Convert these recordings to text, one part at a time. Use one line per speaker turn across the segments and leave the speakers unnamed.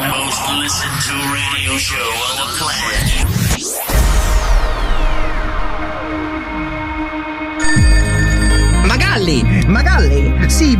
Listen to radio show on the planet.
Magalli!
Magalli? Sì,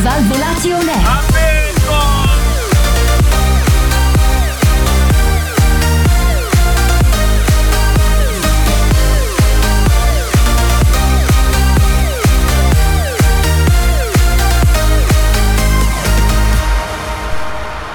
Svalvolati on air.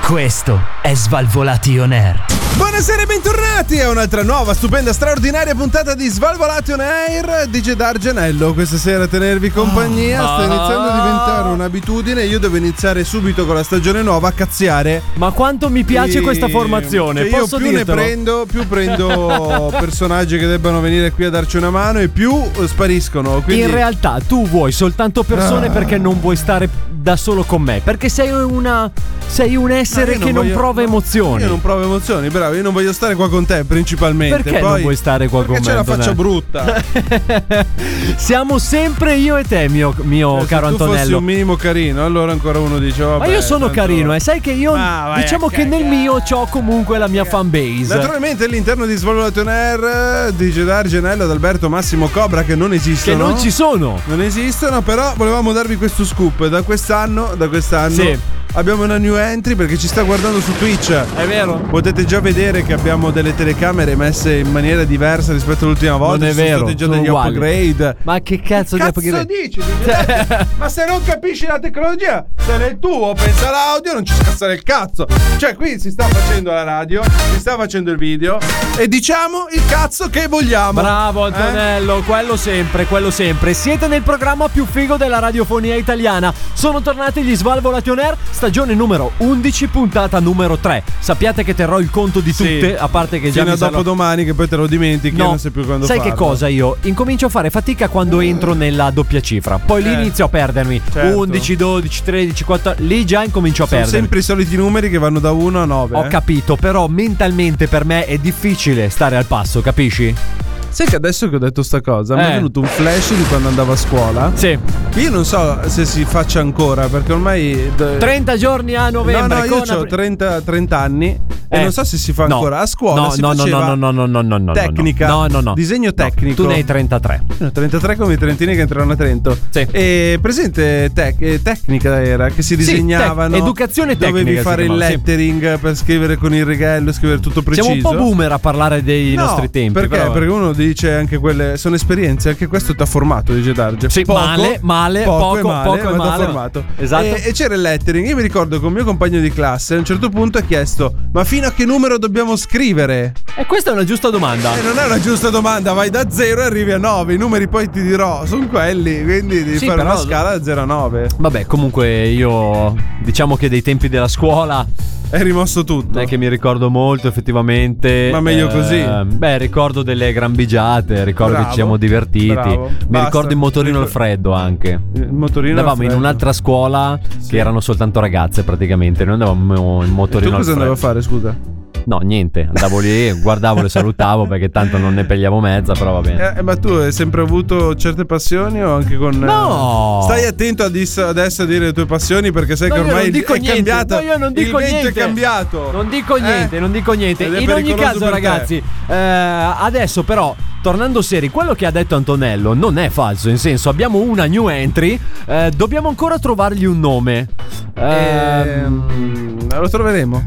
Questo è Svalvolation Air.
Buonasera e bentornati a un'altra nuova, stupenda, straordinaria puntata di Svalvolati on Air di Gedar Gianello. Questa sera a tenervi compagnia
Ah.
sta iniziando a diventare un'abitudine. Io devo iniziare subito con la stagione nuova a cazziare.
Ma quanto mi piace
E-
questa formazione,
cioè, io
posso
più
dirtelo?
ne prendo, più prendo personaggi che debbano venire qui a darci una mano e più eh, spariscono. Quindi
In realtà tu vuoi soltanto persone
Ah.
perché non vuoi stare da solo con me, perché sei una sei un essere
io
che non
voglio-
prova
no,
emozioni.
Io non provo emozioni, bravo, io non voglio stare qua con te principalmente.
Perché
Poi-
non vuoi stare qua con
Perché
me?
c'è la faccia
Antonello?
brutta.
Siamo sempre io e te, mio, mio
Cioè,
Oh, caro
se tu fossi
Antonello.
un minimo carino, allora ancora uno dice vabbè.
Ma io sono
tanto-
carino, eh, sai che io
Ma vai a
diciamo che nel mio ho comunque la mia fan base.
Esatto. Naturalmente all'interno di Svalvolato on Air eh, di Gedar Genello ad Alberto Massimo Cobra che non
Che
esistono.
non ci sono.
Non esistono, però volevamo darvi questo scoop. Da quest'anno, da quest'anno
Sì.
abbiamo una new entry perché ci sta guardando su Twitch.
È vero?
Potete già vedere che abbiamo delle telecamere messe in maniera diversa rispetto all'ultima volta.
Non è
Ci sono
vero,
stati già
sono
degli
uguali.
upgrade.
Ma che cazzo,
Cazzo
di upgrade?
dici? Cioè, Ma se non capisci la tecnologia, se nel tuo pensa all'audio, non ci scassare il cazzo. Cioè, qui si sta facendo la radio, si sta facendo il video e diciamo il cazzo che vogliamo.
Bravo
Eh?
Antonello, quello sempre, quello sempre. Siete nel programma più figo della radiofonia italiana. Sono tornati gli Svalvolati On Air, stagione numero 11, puntata numero 3. Sappiate che terrò il conto di
Sì.
tutte, a parte che già
Fino
mi
a
sarò-
dopo domani che poi te lo dimentichi e
No,
non sai più quando
sai che
farlo.
cosa io? Incomincio a fare fatica quando entro nella doppia cifra. Poi lì
Eh.
inizio a perdermi.
Certo.
11, 12, 13, 14. Lì già incomincio a
Sono
perdermi.
sempre i soliti numeri che vanno da 1 a eh. 9.
Ho capito, però mentalmente per me è difficile stare al passo, capisci?
Sai che adesso che ho detto sta cosa, mi è
Eh.
venuto un flash di quando andavo a scuola.
Sì.
Io non so se si faccia ancora, perché ormai.
30 giorni a
No,
novembre.
no,
con
io ho
apri-
30, 30 anni e
Eh.
non so se si fa
No.
ancora a scuola.
No,
si
no, no,
faceva
no, no, no, no, no, no,
Tecnica.
No, no, no.
Disegno
No,
tecnico.
tu ne hai 33.
No, 33 come i trentini che entrano a Trento.
Sì.
E presente tec- eh, tecnica era che si disegnavano.
tec- educazione
dovevi
tecnica si
fare il
chiamava, sì.
lettering per scrivere con il righello, scrivere tutto preciso.
Siamo un po' boomer a parlare dei
No,
nostri tempi.
Perché?
però-
Perché uno dice anche quelle. Sono esperienze, anche questo ti ha formato, dice Darge.
Sì, male, male,
poco, e
poco,
male,
poco e
ma t'ha
male.
formato.
Esatto.
E, e c'era il lettering. Io mi ricordo che un mio compagno di classe a un certo punto ha chiesto: Ma fino a che numero dobbiamo scrivere?
E Eh, questa è una giusta domanda.
E non è una giusta domanda, vai da 0 e arrivi a 9. I numeri poi ti dirò, sono quelli. Quindi devi
Sì,
fare una
però-
scala da 0 a 9.
Vabbè, comunque io diciamo che dei tempi della scuola
È rimosso tutto.
non è che mi ricordo molto effettivamente. Ehm,
Ma meglio così.
Beh, ricordo delle grambigiate, ricordo
Bravo,
che ci siamo divertiti.
bravo.
Mi
Basta.
ricordo il motorino al
Ricor-
freddo anche.
Il motorino.
Andavamo
al
in
freddo.
un'altra scuola
Sì.
che erano soltanto ragazze praticamente, noi andavamo in
E tu
motorino al
cosa andavi
freddo.
a fare, scusa?
No, niente, andavo lì, guardavo, le salutavo perché tanto non ne pegliavo mezza, però va bene.
Eh, ma tu hai sempre avuto certe passioni o anche con...
No!
eh, Stai attento adesso, adesso a dire le tue passioni perché sai
No,
che
io
ormai
non dico
è
niente,
cambiata.
no, io non dico
il vento
niente.
è cambiato.
Non dico
Eh?
niente, non dico niente.
Ed è
In ogni
pericoloso
caso,
per te.
ragazzi, eh, adesso però, tornando seri, quello che ha detto Antonello non è falso. In senso, abbiamo una new entry, eh, dobbiamo ancora trovargli un nome. Ehm,
Ehm, me, lo troveremo.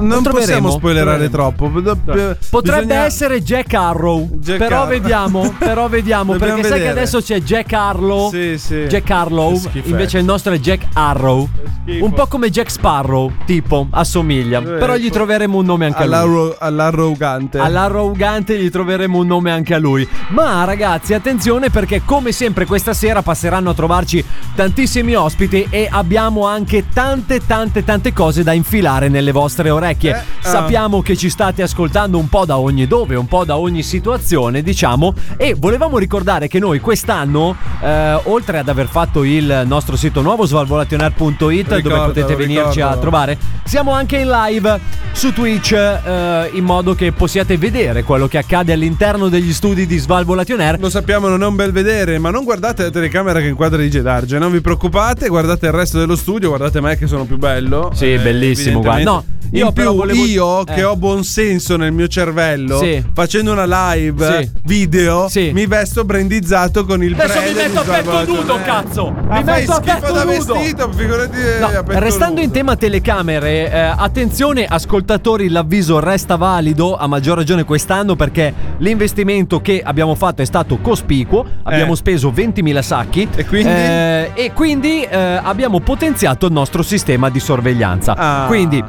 Non
troveremo?
possiamo spoilerare
Troveremo.
troppo. b- b-
Potrebbe
bisogna-
essere Jack Arrow.
Jack
però
Arrow.
vediamo, però vediamo.
Dobbiamo
perché sai che
vedere.
adesso c'è Jack Arrow.
Sì, sì.
Jack Arrow.
Che schifo è.
Invece il nostro è Jack Arrow.
schifo.
Un po' come Jack Sparrow, tipo, assomiglia.
Eh,
Però gli
po-
troveremo un nome anche a lui.
All'arro- all'arrogante.
All'arrogante gli troveremo un nome anche a lui. Ma ragazzi, attenzione perché come sempre questa sera passeranno a trovarci tantissimi ospiti e abbiamo anche tante tante tante cose da infilare nelle vostre orecchie.
Eh, ah.
Sappiamo che ci state ascoltando un po' da ogni dove, un po' da ogni situazione, diciamo, e volevamo ricordare che noi quest'anno eh, oltre ad aver fatto il nostro sito nuovo svalvolationer.it dove
Ricordo,
potete venirci a
ricordo.
trovare trovare. Siamo anche in live su Twitch eh, in modo che possiate vedere quello che accade all'interno degli studi di Svalvolation Air.
Lo sappiamo, non è un bel vedere, ma non guardate la telecamera che inquadra di Gedarge. Non vi preoccupate, guardate il resto dello studio, guardate me che sono più bello. Eh,
Sì, bellissimo,
evidentemente.
guarda. No, io
In
però
più,
volevo-
io
eh.
che ho buon senso nel mio cervello,
Sì.
facendo una live
Sì.
video,
Sì.
mi vesto brandizzato con il
Adesso
brand
mi metto
di
a petto
Svalvolation.
nudo,
Eh.
cazzo!
Ah,
Mi
fai
metto a
schifo
petto
da
nudo.
vestito, figurati eh,
No,
a petto
restando in
nudo.
tema telecamere, eh, attenzione ascoltatori, l'avviso resta valido a maggior ragione quest'anno perché l'investimento che abbiamo fatto è stato cospicuo, abbiamo
Eh.
speso 20.000 sacchi
E quindi?
eh, e quindi, eh, abbiamo potenziato il nostro sistema di sorveglianza.
Ah.
Quindi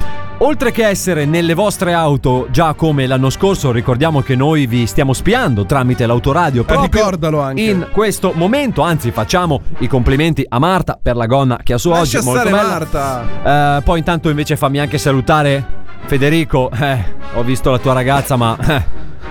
Oltre che essere nelle vostre auto, già come l'anno scorso, ricordiamo che noi vi stiamo spiando tramite l'autoradio. Proprio
Eh, ricordalo anche.
In questo momento, anzi, facciamo i complimenti a Marta per la gonna che ha su
Lascia
oggi. Molto
stare
bella.
Marta.
Eh, poi intanto invece fammi anche salutare Federico. Eh, ho visto la tua ragazza, ma eh,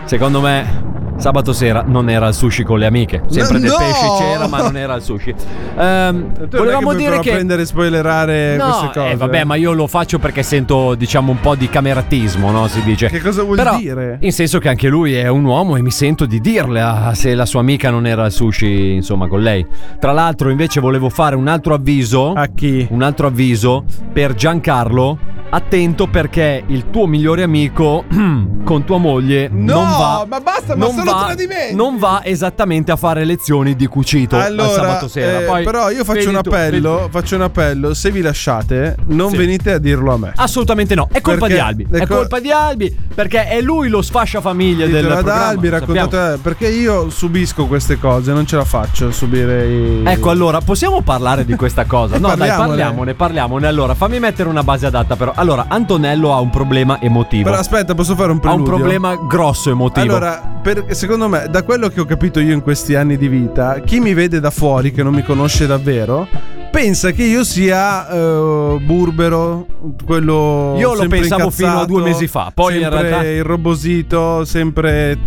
secondo me sabato sera non era il sushi con le amiche. Sempre
No,
del
no!
pesce c'era, ma non era il sushi. Ehm,
Tu non è
volevamo dire
puoi
che
prendere e spoilerare queste
No,
cose.
eh, vabbè, ma io lo faccio perché sento, diciamo, un po' di cameratismo, no? Si dice.
Che cosa vuol
Però,
dire?
In senso che anche lui è un uomo e mi sento di dirle ah, se la sua amica non era al sushi, insomma, con lei. Tra l'altro, invece, volevo fare un altro avviso.
A chi?
Un altro avviso per Giancarlo. Attento perché il tuo migliore amico con tua moglie
No,
non va.
ma basta, ma
non
sono
va-
tradimenti.
Non va esattamente a fare lezioni di cucito al
Allora,
sabato sera.
eh,
Poi
però io faccio
vedi
un
tu, vedi tu.
appello, faccio un appello, se vi lasciate non
Sì. Ah,
venite a dirlo a me.
Assolutamente no, è colpa
Perché-
di Albi. È
ecco-
colpa di Albi perché è lui lo sfascia famiglia del
Ditelo ad
programma.
Albi,
sappiamo.
raccontate perché io subisco queste cose, non ce la faccio a subire i...
Ecco, allora possiamo parlare di questa cosa? No, dai,
Parliamone.
parliamone, parliamone. Allora, fammi mettere una base adatta però. Allora, Antonello ha un problema emotivo.
Però aspetta, posso fare un
ha un
preludio?
problema grosso emotivo.
Allora, per- secondo me, da quello che ho capito io in questi anni di vita, chi mi vede da fuori, che non mi conosce davvero, pensa che io sia eh, burbero, quello.
Io lo
sempre
pensavo
incazzato,
fino a due mesi fa, poi in
sempre
realtà-
irrobosito, sempre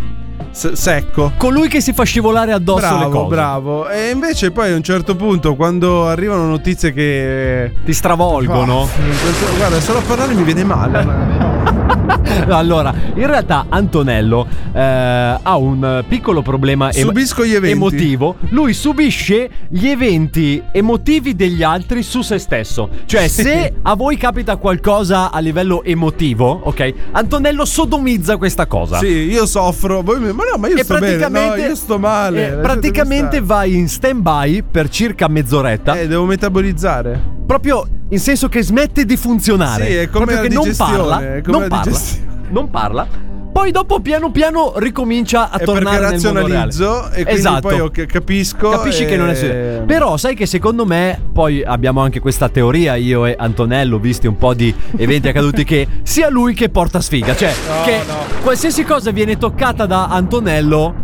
s- secco.
colui che si fa scivolare addosso le
Bravo,
cose.
bravo. E invece poi a un certo punto, quando arrivano notizie che.
Ti stravolgono.
Oh, questo- guarda, solo a parlare mi viene male.
No, allora, in realtà Antonello eh, ha un eh, piccolo problema em-
Subisco gli eventi.
emotivo. Lui subisce gli eventi emotivi degli altri su se stesso. Cioè,
Sì.
se a voi capita qualcosa a livello emotivo, ok? Antonello sodomizza questa cosa.
Sì, io soffro. Voi mi- Ma no, ma io
E
sto bene. No,
praticamente,
io sto male.
eh,
Lasciatemi
praticamente
stare.
vai in stand by per circa mezz'oretta.
Eh, devo metabolizzare.
Proprio in senso che smette di funzionare.
Sì, è come
proprio
la
che non
digestione,
parla,
è come
non,
la
parla
digestione.
non parla. Poi dopo piano piano ricomincia a
È
tornare
perché
nel mondo
razionalizzo
reale.
e quindi
esatto.
poi ok, capisco.
Capisci
e-
che non è successo. Però sai che secondo me, poi abbiamo anche questa teoria, io e Antonello, visti un po' di eventi accaduti, che sia lui che porta sfiga. Cioè, che qualsiasi cosa viene toccata da Antonello,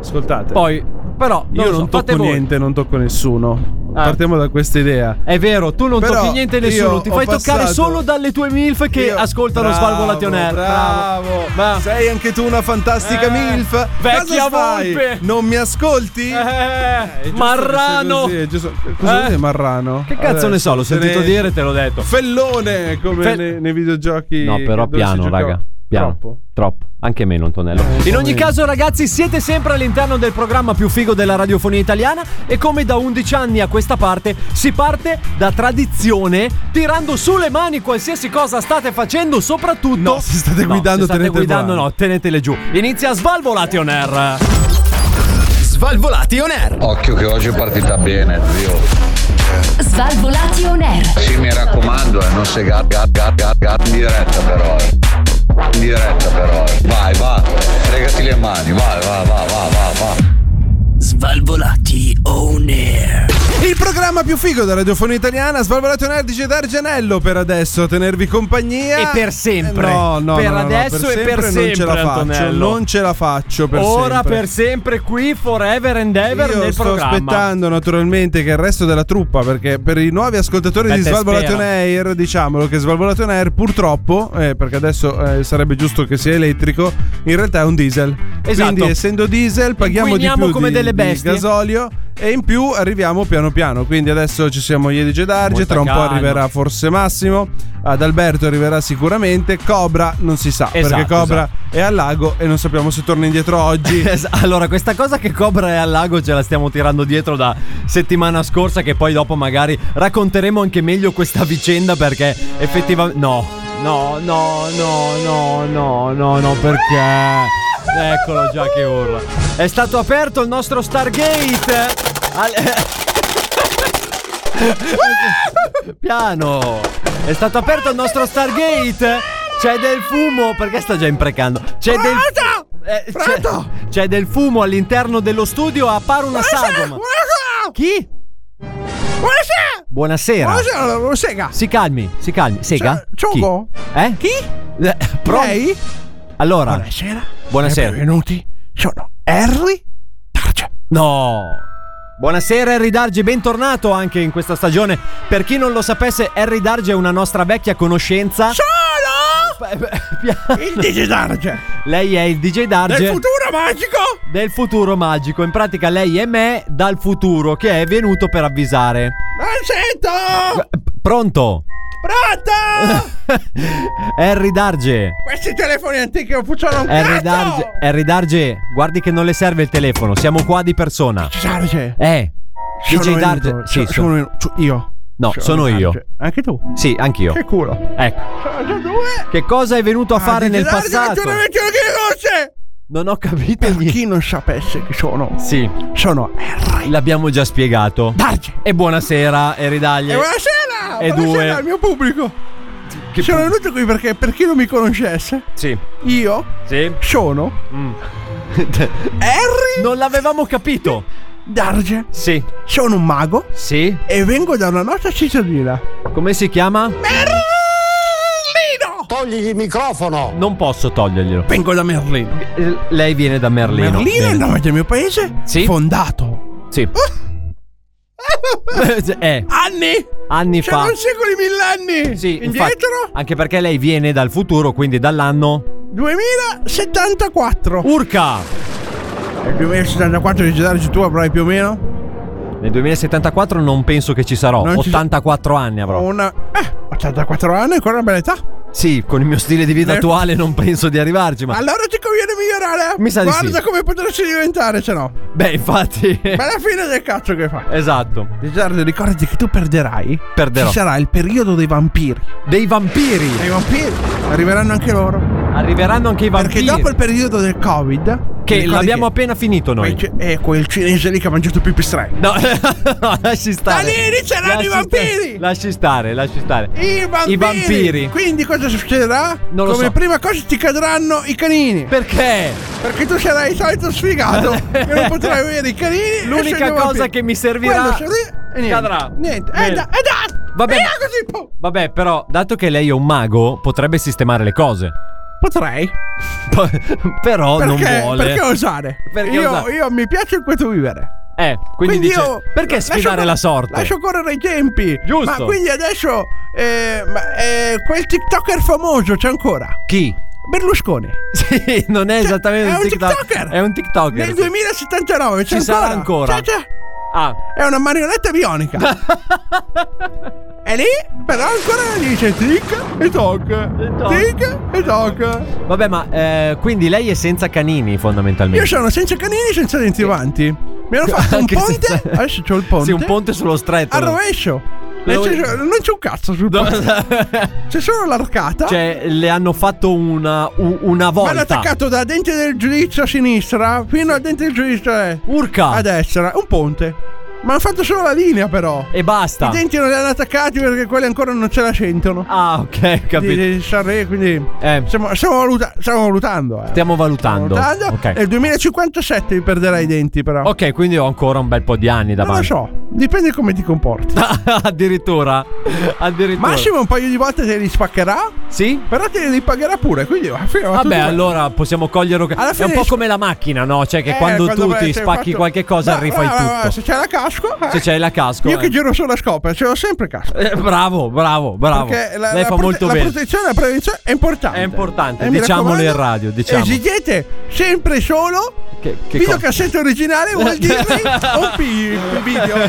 Ascoltate.
poi... Però...
io
lo
non
so, fate
tocco
voi. Ah.
niente, non tocco nessuno. Partiamo da questa idea.
È vero, tu non
Però
tocchi niente a nessuno,
io
ti
ho
fai toccare
passato-
solo dalle tue MILF che
Io-
ascoltano
Bravo,
Svalvolation Air.
Bravo.
Ma-
Sei anche tu una fantastica
Eh,
MILF.
vecchia
Cosa fai?
volpe.
Non mi ascolti?
Eh,
È giusto che
Marrano!
sia così, è giusto- Cosa vuol
Eh.
dire Marrano?
Che cazzo
Vabbè,
ne so, l'ho
se ne-
sentito dire, te l'ho detto.
Esatto. Fellone come
Fe-
nei, nei videogiochi.
No, però
dove si
piano,
giocava.
raga. Piano.
Troppo. Ah,
Troppo. Anche meno, Antonello. In ogni caso, ragazzi, siete sempre all'interno del programma più figo della radiofonia italiana. E come da 11 anni a questa parte, si parte da tradizione, tirando su le mani qualsiasi cosa state facendo, soprattutto.
No, se state
No,
guidando,
se state
tenete
guidando,
buono.
no, tenetele giù. Inizia Svalvolati on air.
Svalvolati on air.
Occhio che oggi è partita bene, zio.
Svalvolation air.
Sì, mi raccomando, eh, non sei gat, gat, gat, gat, gat, in diretta però. eh. In diretta però. eh. Vai, va. Fregati le mani, vai, va, va, va, va, va.
Svalvolati on air.
Il programma più figo della radiofonia italiana, Svalvolato Nerd dice D'Argianello per adesso, a tenervi compagnia.
E per sempre.
Eh, No, no,
Per
no, no,
adesso e per
Non ce la
sempre,
faccio,
Antonello.
non ce la faccio per
Ora
sempre.
per sempre qui, forever and ever
Io
nel
sto
programma.
aspettando naturalmente che il resto della truppa, perché per i nuovi ascoltatori
Aspetta,
di Svalvolato
spera.
Air, diciamolo che Svalvolato Air purtroppo, eh, perché adesso eh, sarebbe giusto che sia elettrico, in realtà è un diesel.
Esatto.
Quindi essendo diesel paghiamo di
Inquiniamo
più
come
di,
delle
di
bestie.
gasolio e in più arriviamo piano piano. Quindi adesso ci siamo io di Gedarge,
Molta
tra un po'
calma.
arriverà forse Massimo, ad Alberto arriverà sicuramente, Cobra non si sa, perché
Esatto,
Cobra
esatto.
è al lago e non sappiamo se torna indietro oggi.
Es- Allora, questa cosa che Cobra è al lago ce la stiamo tirando dietro da settimana scorsa, che poi dopo magari racconteremo anche meglio questa vicenda perché effettivamente... No, no, no, no, no, no, no, no, perché... Eccolo già che urla. È stato aperto il nostro Stargate. Al- Piano. È stato aperto il nostro Stargate. C'è del fumo, perché sta già imprecando? C'è del... Eh, c'è, c'è del fumo all'interno dello studio, appare una sagoma. Chi? Buonasera.
Sega.
Si calmi, si calmi. Sega?
Ciao, Gioco?
Chi? Eh? Chi? Pro?
Lei?
Allora,
Buonasera. Eh,
buonasera.
Benvenuti. Sono Harry Targe.
No. Buonasera Harry Darge, bentornato anche in questa stagione. Per chi non lo sapesse, Harry Darge è una nostra vecchia conoscenza.
Sono
Beh, beh, pia-
il DJ Darge.
Lei è il DJ Darge
Del futuro magico.
del futuro magico. In pratica lei è me dal futuro che è venuto per avvisare.
Non sento.
Pronto?
Pronto.
Harry Darge.
Questi telefoni antichi non funzionano un
Harry
cazzo.
Darge, Harry Darge, guardi che non le serve il telefono, siamo qua di persona.
Darge.
Eh, DJ Darge, sì, sono-
io. Io.
no, sono io.
Anche tu.
Sì, anch'io.
Che culo.
Ecco.
Cioè, Sono già due.
Che cosa è venuto a fare
Ah,
nel
DJ Darge,
passato?
naturalmente lo conosce.
Non ho capito
Per
niente.
chi non sapesse chi sono,
Sì,
sono Harry
l'abbiamo già spiegato.
Darge.
E buonasera, e ridagli.
E buonasera!
E
buonasera
due.
al mio pubblico! sono venuto qui perché, per chi non mi conoscesse,
Sì.
io
Sì.
sono
Mm.
Harry
Non l'avevamo capito.
Darge.
Sì.
Sono un mago
Sì.
e vengo da una nostra cittadina.
Come si chiama?
Merlino!
Non posso toglierglielo.
Vengo da Merlino.
Eh, Lei viene da Merlino.
Merlino è Ah! il
Bene.
nome del mio paese,
Sì.
fondato
Sì. eh,
anni,
anni
cioè
fa.
non secoli millenni,
Sì, infatti,
indietro
anche perché lei viene dal futuro, quindi dall'anno
2074.
Urca.
Nel 2074 di Gedarge tu avrai più o meno
Nel 2074 non penso che ci sarò.
Non ci sa-
84 anni avrò.
una... Eh, 84 anni, ancora una bella età.
Sì, con il mio stile di vita
Eh.
attuale non penso di arrivarci, ma
Allora ti conviene migliorare.
Mi sa di
Guarda
sì.
come potresti diventare, se no.
beh, infatti
Ma alla fine del cazzo che fai.
Esatto.
Giardo, ricordati che tu perderai.
Perderò.
Ci sarà il periodo dei vampiri.
Dei vampiri.
Dei vampiri arriveranno anche loro.
Arriveranno anche i
Perché
vampiri.
dopo il periodo del Covid.
che
ricordati
l'abbiamo
che-
appena finito noi.
quel ci- eh, quel cinese lì che ha mangiato i pipistrelli.
No, no, lasci stare.
Alieni, c'erano i
Lasci stare-
vampiri.
Lasci stare, lasci stare.
I vampiri.
I vampiri.
Quindi cosa succederà?
Non lo
Come
so.
prima cosa ti cadranno i canini.
Perché?
Perché tu sarai il solito sfigato e non potrai avere i canini. e
L'unica
sei dei
cosa
vampiri.
che mi servirà
Quello sarà- e niente.
cadrà.
Niente.
Bene.
E da, e da.
Va bene.
E da così. po-
Vabbè, però, dato che lei è un mago, potrebbe sistemare le cose.
Potrei.
però Oh, non
Perché,
vuole.
perché osare?
Perché
io,
osare?
io mi piace il questo vivere.
Eh, quindi, dice,
io
perché
lascio
sfidare
cor-
la sorte?
Lascio correre i tempi.
Giusto.
Ma quindi adesso eh, ma, eh, quel TikToker famoso c'è ancora.
Chi?
Berlusconi.
Sì, non è esattamente
Cioè, è un
TikTok-
TikToker.
È un TikToker.
Nel
sì.
2079 c'è
Ci sarà ancora.
C'è, c'è.
Ah,
È una marionetta bionica. E lì però ancora dice tic e toc.
toc.
Tic e toc.
vabbè, ma eh, quindi lei è senza canini,
Io
fondamentalmente.
sono senza canini, senza denti avanti. Mi hanno fatto un
Anche
ponte.
senza-
Adesso c'ho il ponte.
Sì, un ponte sullo stretto.
Al rovescio. Nel
Lo-
senso, non c'è un cazzo sul ponte. C'è solo l'arcata.
cioè, le hanno fatto una, u- una
Mi hanno
volta.
attaccato da dente del giudizio a sinistra fino al dente del giudizio eh,
Urca.
a destra. Un ponte. Ma hanno fatto solo la linea, però.
E
I
basta.
denti non li hanno attaccati perché quelli ancora non ce la sentono.
Ah, ok,
Di,
capito.
di Sanremo, quindi.
Eh.
Stiamo, stiamo valuta- stiamo valutando. eh.
Stiamo
Stiamo
valutando.
valutando. Nel
Ok.
2057 mi perderai i denti, però.
Ok, quindi ho ancora un bel po' di anni
non lo
davanti.
so. Dipende come ti comporti.
addirittura. Addirittura.
Massimo un paio di volte te li spaccherà.
Sì?
Però te li pagherà pure. Quindi alla fine va
Vabbè,
tutto bene.
allora possiamo coglierlo. che-
Alla
È
fine
un po'
ci-
come la macchina, no? Cioè, che
Eh,
quando, tu
vai-
ti
se
spacchi
faccio-
qualche cosa,
No,
rifai
no, no, no,
tutto.
Se c'è la casco. eh.
Se c'hai la casco.
Io
eh.
che giro sulla scopa, ce l'ho sempre casco.
Eh, bravo, bravo, bravo.
Perché la,
Lei
la
fa
prote-
molto
la
bene.
protezione e la prevenzione è importante. Eh,
È importante,
mi
diciamolo
raccomando,
in radio, diciamo.
Esigete sempre e solo
Che- che
videocassetta originale, Walt Disney o pi- video. eh?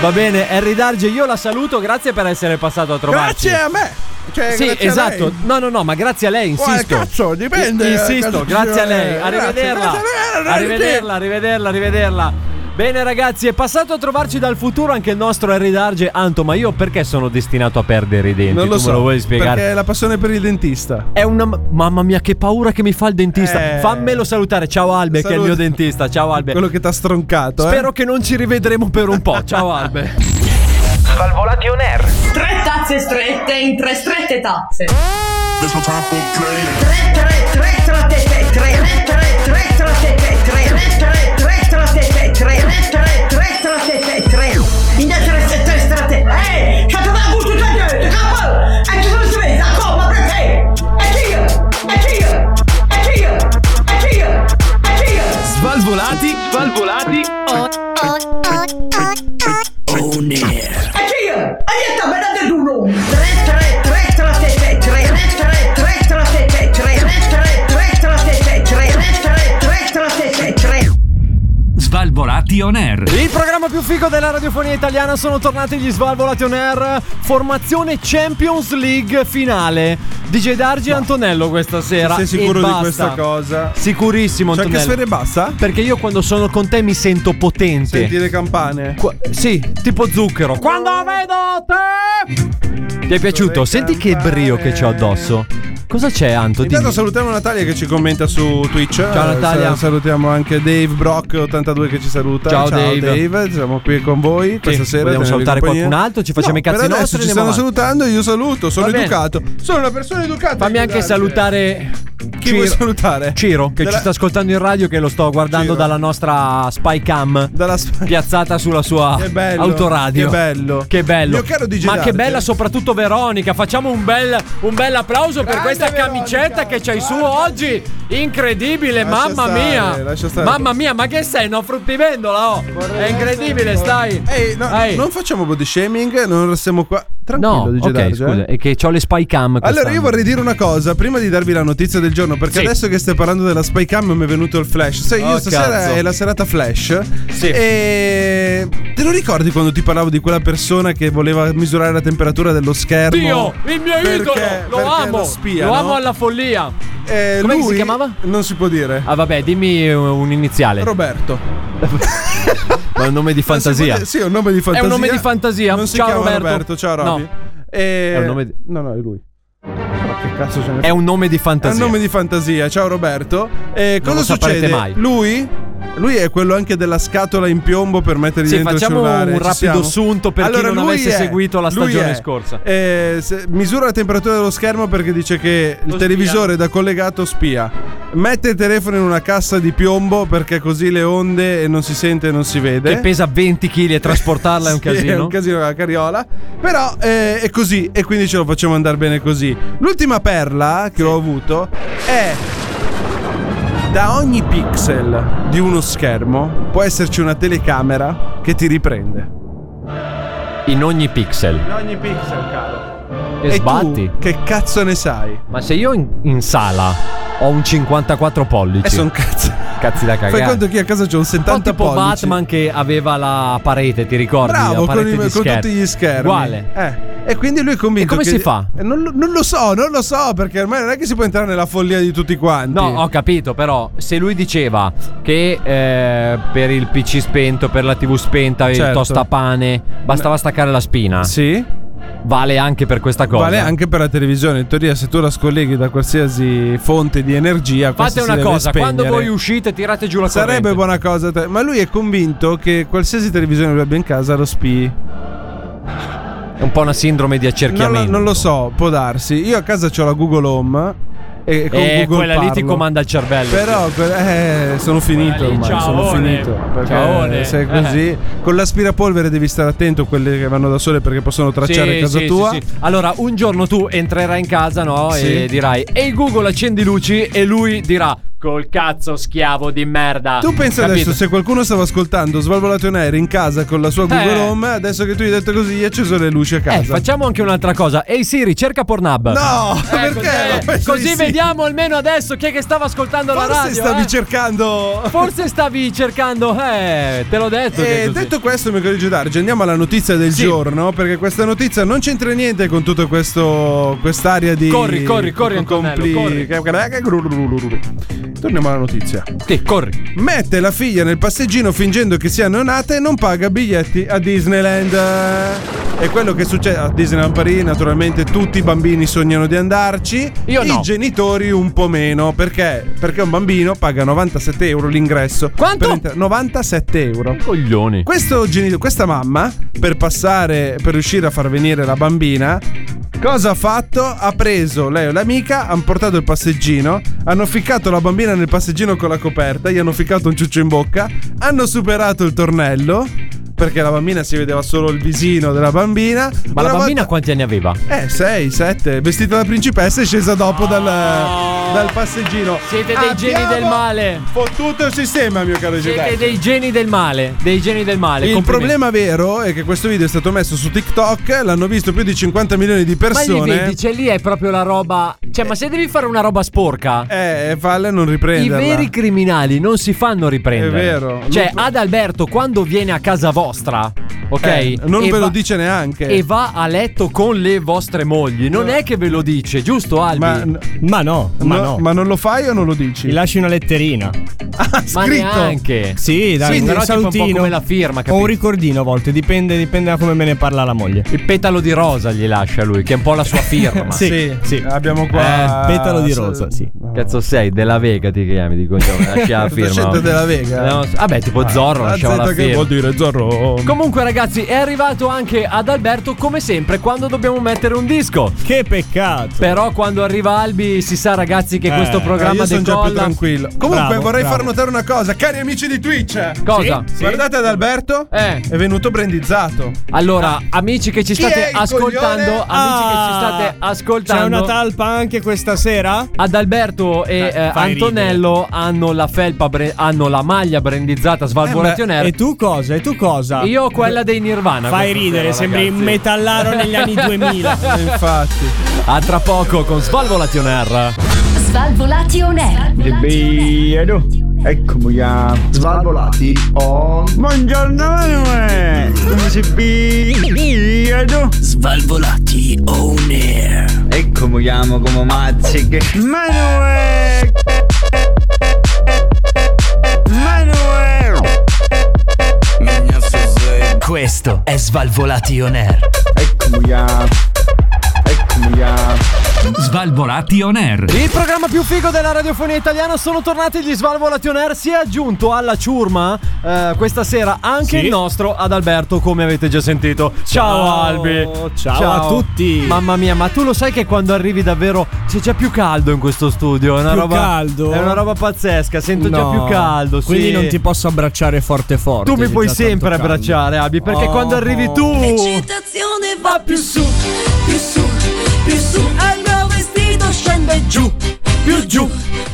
Va bene, Harry Darge, io la saluto, grazie per essere passato a trovarci.
Grazie a me. Cioè,
Sì,
grazie a
esatto.
lei.
No, no, no, ma grazie a lei,
Guarda,
insisto.
cazzo, dipende,
I-
eh,
Insisto,
cazzo,
grazie a lei.
eh,
Arrivederla.
grazie, grazie a lei,
Arrivederla, arrivederla, arrivederla. Bene ragazzi, è passato a trovarci dal futuro anche il nostro Harry Darge. Anto, ma io perché sono destinato a perdere i denti?
Non lo
tu
so.
me lo vuoi spiegare?
Perché è la passione per il dentista.
È una. Mamma mia, che paura che mi fa il
Eh.
dentista. Fammelo salutare. Ciao Albe, che è il
Saluta.
mio dentista. Ciao Albe.
Quello che t'ha stroncato, eh.
Spero che non ci rivedremo per un po'. Ciao Albe.
Tre tazze strette in tre strette tazze. Tre tre tre trattete, tre tre tre trattete, tre tre tre trattete, tre tre tre trattete, tre. In tre tre tre trattete. Ehi, c'è una gutta di capo. E ci sono tre, d'accordo, ma perché? E chi io? E chi io? E chi io? E chi io? E chi io?
Svalvolati, svalvolati.
on
E
air.
chi io? E io sto vedendo il duro. Tre tre tre trattete, tre tre tre trattete, tre tre tre trattete, tre tre tre trattete, tre.
Svalvolati on air.
Il programma più figo della radiofonia italiana sono tornati gli Svalvolati on Air. Formazione Champions League finale. DJ Dargi e Antonello questa sera.
Sei sicuro
E
di
basta.
questa cosa?
Sicurissimo,
Cioè, che
Antonello.
sfere basta?
Perché io quando sono con te mi sento potente.
Senti le campane.
Qua- sì, tipo zucchero. Quando vedo te! Ti è piaciuto? Senti che brio che c'ho addosso. Cosa c'è, Anto?
Intanto
Dimmi.
salutiamo Natalia che ci commenta su Twitch.
Ciao, Natalia.
Sa- Salutiamo anche Dave Brock82 che ci saluta.
Ciao, Dave.
siamo qui con voi questa sera.
vogliamo
tenervi
salutare
compagnia.
qualcun altro? Ci facciamo
No,
i cazzi
per adesso
nostri e
Ci
andiamo
stanno salutando, io saluto, sono
Va bene.
educato. Sono una persona educata.
Fammi anche
Grazie.
salutare.
Chi vuoi salutare?
Ciro, che
Della-
ci sta ascoltando in radio, che lo sto guardando
Ciro.
dalla nostra spy cam.
Dalla sp-
Piazzata sulla sua
Che bello,
autoradio.
che bello.
Che bello.
Mio caro DJ
Ma che
Darge.
bella, soprattutto Veronica. Facciamo un bel, un bel applauso per
Grande
questa
Veronica,
camicetta che c'hai su
guarda.
oggi. Incredibile,
Lascia
mamma
stare,
mia.
lascia stare.
Mamma mia, ma che sei? No, fruttivendola, oh. È incredibile, stai.
Ehi, no,
Ehi.
non facciamo body shaming, non siamo qua. Tranquillo,
No,
DJ
ok,
Darge, eh.
scusa, è che ho le spy cam.
Allora,
quest'anno.
io vorrei dire una cosa prima di darvi la notizia del giorno, perché
Sì.
adesso che stai parlando della spy cam mi è venuto il flash. Sai, io
Oh,
stasera
cazzo.
è la serata flash.
Sì.
E te lo ricordi quando ti parlavo di quella persona che voleva misurare la temperatura dello schermo?
Dio, il mio
Perché-
idolo, lo
perché
amo,
Lo, spia,
lo
no?
amo alla follia.
Eh,
Com'è che si
lui-
chiamava?
Non si può dire.
Ah, vabbè, dimmi un- un iniziale.
Roberto.
Ma un nome di
Non si
fantasia.
può dire- Eh, Sì, è un nome di fantasia.
nome di fantasia.
Non si
Ciao,
chiama
Roberto.
Roberto. Ciao Roby.
No.
E-
È un nome di-
No, no, è lui. Però che cazzo ce ne
È un nome di
È
fantasia.
un nome di fantasia, ciao Roberto. E
Non
cosa
lo saprete
succede?
mai.
Lui, lui è quello anche della scatola in piombo per mettere
Sì,
dentro il
facciamo
cellulare.
un
Ci
rapido
siamo?
assunto per chi non
lui
avesse
è-
seguito la
lui
stagione
è,
scorsa.
eh, se- misura la temperatura dello schermo perché dice che il
Lo
televisore da collegato spia. Mette il telefono in una cassa di piombo perché così le onde e non si sente e non si vede.
Che pesa 20 kg e trasportarla è
eh?
un
Sì,
casino.
È un casino la carriola. Però eh, è così e quindi ce lo facciamo andare bene così. L'ultima perla che ho avuto è. Da ogni pixel di uno schermo può esserci una telecamera che ti riprende.
In ogni pixel.
Da ogni pixel, caro.
E, sbatti.
Tu, che cazzo ne sai?
Ma se io in, in sala ho un 54 pollici.
Eh, son cazzo.
Cazzi da
Fai
cagare.
conto che a casa c'ho un
Un po'
70
tipo
pollici.
Batman che aveva la parete, ti ricordi?
Bravo,
la
con,
parete
i-
di
con
schermi.
tutti gli schermi.
Uguale.
Eh, E quindi lui è convinto.
E come
che-
si fa?
Eh, Non, lo- non lo so, non lo so, perché ormai non è che si può entrare nella follia di tutti quanti.
No, ho capito, però se lui diceva che eh, per il PC spento, per la TV spenta, il
Certo.
tostapane, bastava staccare la spina.
Sì?
vale anche per questa Ah. cosa.
Vale anche per la televisione. In teoria, se tu la scolleghi da qualsiasi fonte di energia,
Fate
questa si
una
deve
cosa, quando
spegnere.
voi uscite tirate giù la
Sarebbe
corrente.
buona cosa, te- ma lui è convinto che qualsiasi televisione lui abbia in casa lo spii.
È un po' una sindrome di
Non, lo-
accerchiamento.
non lo so, può darsi. Io a casa ho la Google Home e con
Eh,
Google
quella lì ti
parlo.
comanda il cervello.
Però que- eh, sono finito
Quella lì,
ormai, sono
ciaone,
finito. Perché
ciaone.
se è così,
Eh.
con l'aspirapolvere devi stare attento a quelle che vanno da sole perché possono tracciare
Sì,
casa
sì,
tua.
sì, sì. Allora, un giorno tu entrerai in casa, no?
Sì.
E dirai: Ehi Google, accendi luci. E lui dirà: Col cazzo, schiavo di merda.
Tu pensa
Capito?
adesso se qualcuno stava ascoltando Svalvolato in aereo in casa con la sua Google
Eh.
Home, adesso che tu gli hai detto così, gli hai acceso le luci a casa.
Eh, facciamo anche un'altra cosa. Ehi Siri, cerca Pornhub.
No,
Eh,
perché?
così- Così vediamo almeno adesso chi è che stava ascoltando
Forse
la radio.
stavi
eh?
cercando.
Forse stavi cercando, eh, te l'ho detto. che è
E
così.
detto questo, mi corrige Darge, andiamo alla notizia del
Sì.
giorno, perché questa notizia non c'entra niente con tutto questo quest'area di
Corri, corri, corri,
compli- Torniamo alla notizia.
Sì, corri.
Mette la figlia nel passeggino fingendo che sia neonata e non paga biglietti a Disneyland. E quello che succede a Disneyland Paris, naturalmente tutti i bambini sognano di andarci.
Io
I
no.
genitori un po' meno. Perché? Perché un bambino paga 97 euro l'ingresso.
Quanto?
Per entra- 97 euro.
Coglioni.
Questo genito- questa mamma, per passare, per riuscire a far venire la bambina, cosa ha fatto? Ha preso lei o l'amica, hanno portato il passeggino, hanno ficcato la bambina nel passeggino con la coperta, gli hanno ficcato un ciuccio in bocca, hanno superato il tornello. Perché la bambina si vedeva solo il visino della bambina.
Ma
Una
la bambina
volta-
quanti anni aveva?
eh, 6, 7, vestita da principessa e scesa dopo dal, dal passeggino.
Siete dei geni del male.
Fottuto il sistema, mio caro Giuseppe.
Siete dei geni del male. Dei geni del male.
Il
complimenti.
problema vero è che questo video è stato messo su TikTok, l'hanno visto più di 50 milioni di
Ma lì
persone. eh.
vedi, cioè lì è proprio la roba. Cioè, ma se devi fare una roba sporca.
Eh, Valle non
I
riprenderla. Eh,
veri criminali non si fanno riprendere.
È vero.
Cioè,
Lupo-
ad Alberto, quando viene a casa vostra, ok?
Eh, non
e
ve lo
va-
dice neanche.
E va a letto con le vostre mogli. Non è che ve lo dice, giusto, Albi?
ma,
Ma no, ma
no-
no.
ma non lo fai o non lo dici?
Ti lasci una letterina.
Ah,
Ma
scritto.
neanche.
Sì, dai,
Quindi,
un
però, tipo, un po'
salutino.
come la firma,
O
capito?
un ricordino a volte, dipende, dipende da come me ne parla la moglie.
Il petalo di rosa gli lascia lui, che è un po' la sua firma.
Sì, sì.
Abbiamo qua
Eh, petalo di rosa, sì.
Cazzo sei, della Vega ti chiami, di cognome, lascia la firma.
Docente della Vega.
No, vabbè, tipo Zorro lasciava la
Azzetta che
firma.
vuol dire Zorro?
Comunque ragazzi, è arrivato anche ad Alberto come sempre quando dobbiamo mettere un disco.
Che peccato.
Però quando arriva Albi si sa ragazzi che
Eh,
questo
Ah,
programma
io sono già più
decolla.
tranquillo. Comunque
Bravo,
vorrei
bravo.
far notare una cosa, cari amici di Twitch.
Cosa?
Guardate ad Alberto,
Eh.
è venuto brandizzato.
Allora, amici che ci
Ah. Chi è
state
il
ascoltando,
coglione?
amici che ci
Ah,
state ascoltando.
C'è una talpa anche questa sera?
Ad Alberto e eh,
fai
Antonello hanno la felpa, bre- hanno la maglia brandizzata Svalvolazione
Eh, E tu cosa? E tu cosa?
Io ho quella dei Nirvana.
Fai
questa
ridere,
sera,
sembri un
ragazzi.
metallaro negli anni 2000.
Infatti.
A tra poco con Svalvolazione R.
Svalvolati on air.
Eccomi a Svalvolati on Buongiorno Manuel Come si vedo
Svalvolati on air.
Ecco, muoviamo come mazziche.
Manuel Manuel
Questo è Svalvolati on air.
Eccomi a Eccomi a
Svalvolati on air.
Il programma più figo della radiofonia italiana sono tornati gli Svalvolati on Air. Si è aggiunto alla ciurma eh, questa sera anche
Sì.
il nostro Adalberto, come avete già sentito. Ciao,
Ciao,
Albi.
ciao a tutti.
Mamma mia, ma tu lo sai che quando arrivi davvero c'è già più caldo in questo studio. È una
Più
roba,
caldo?
È una roba pazzesca. Sento già più caldo. sì.
Quindi non ti posso abbracciare forte forte.
Tu mi
c'è
puoi
già tanto
sempre
caldo.
abbracciare, Albi, perché
Oh.
quando arrivi tu.
L'eccitazione va più su, più su, più su. E il mio vestito scende giù.
più giù,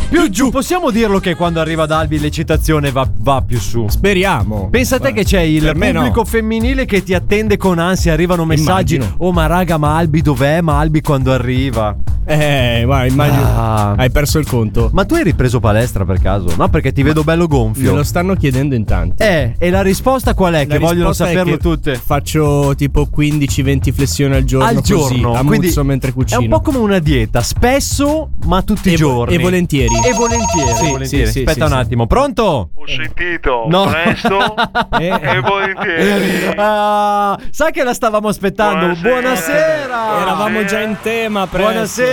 più giù. Possiamo dirlo che quando arriva ad Albi l'eccitazione va, va più su.
Speriamo.
Pensa a te che c'è il
Per me no.
pubblico femminile che ti attende con ansia, arrivano messaggi.
Immagino.
Oh ma raga, ma Albi dov'è? Ma Albi quando arriva?
Eh, ma immagino.
Ah.
Hai perso il conto.
Ma tu hai ripreso palestra per caso? No, perché ti vedo bello
Me
gonfio.
lo stanno chiedendo in tanti.
Eh, e la risposta qual è?
La
Eh, che vogliono
risposta è
saperlo
che
tutte.
Faccio tipo 15-20 flessioni al giorno.
Al
così,
giorno,
ammuzzo
quindi
mentre cucino.
È un po' come una dieta, spesso ma tutti
e
i
vo-
giorni.
E volentieri.
e volentieri.
Sì,
volentieri.
sì, sì,
Aspetta
sì,
un
sì.
attimo, pronto?
Ho sentito
No.
presto
Eh,
Eh,
e volentieri.
Ah, sai che la stavamo aspettando. Buonasera.
Eravamo già
in tema,
Press.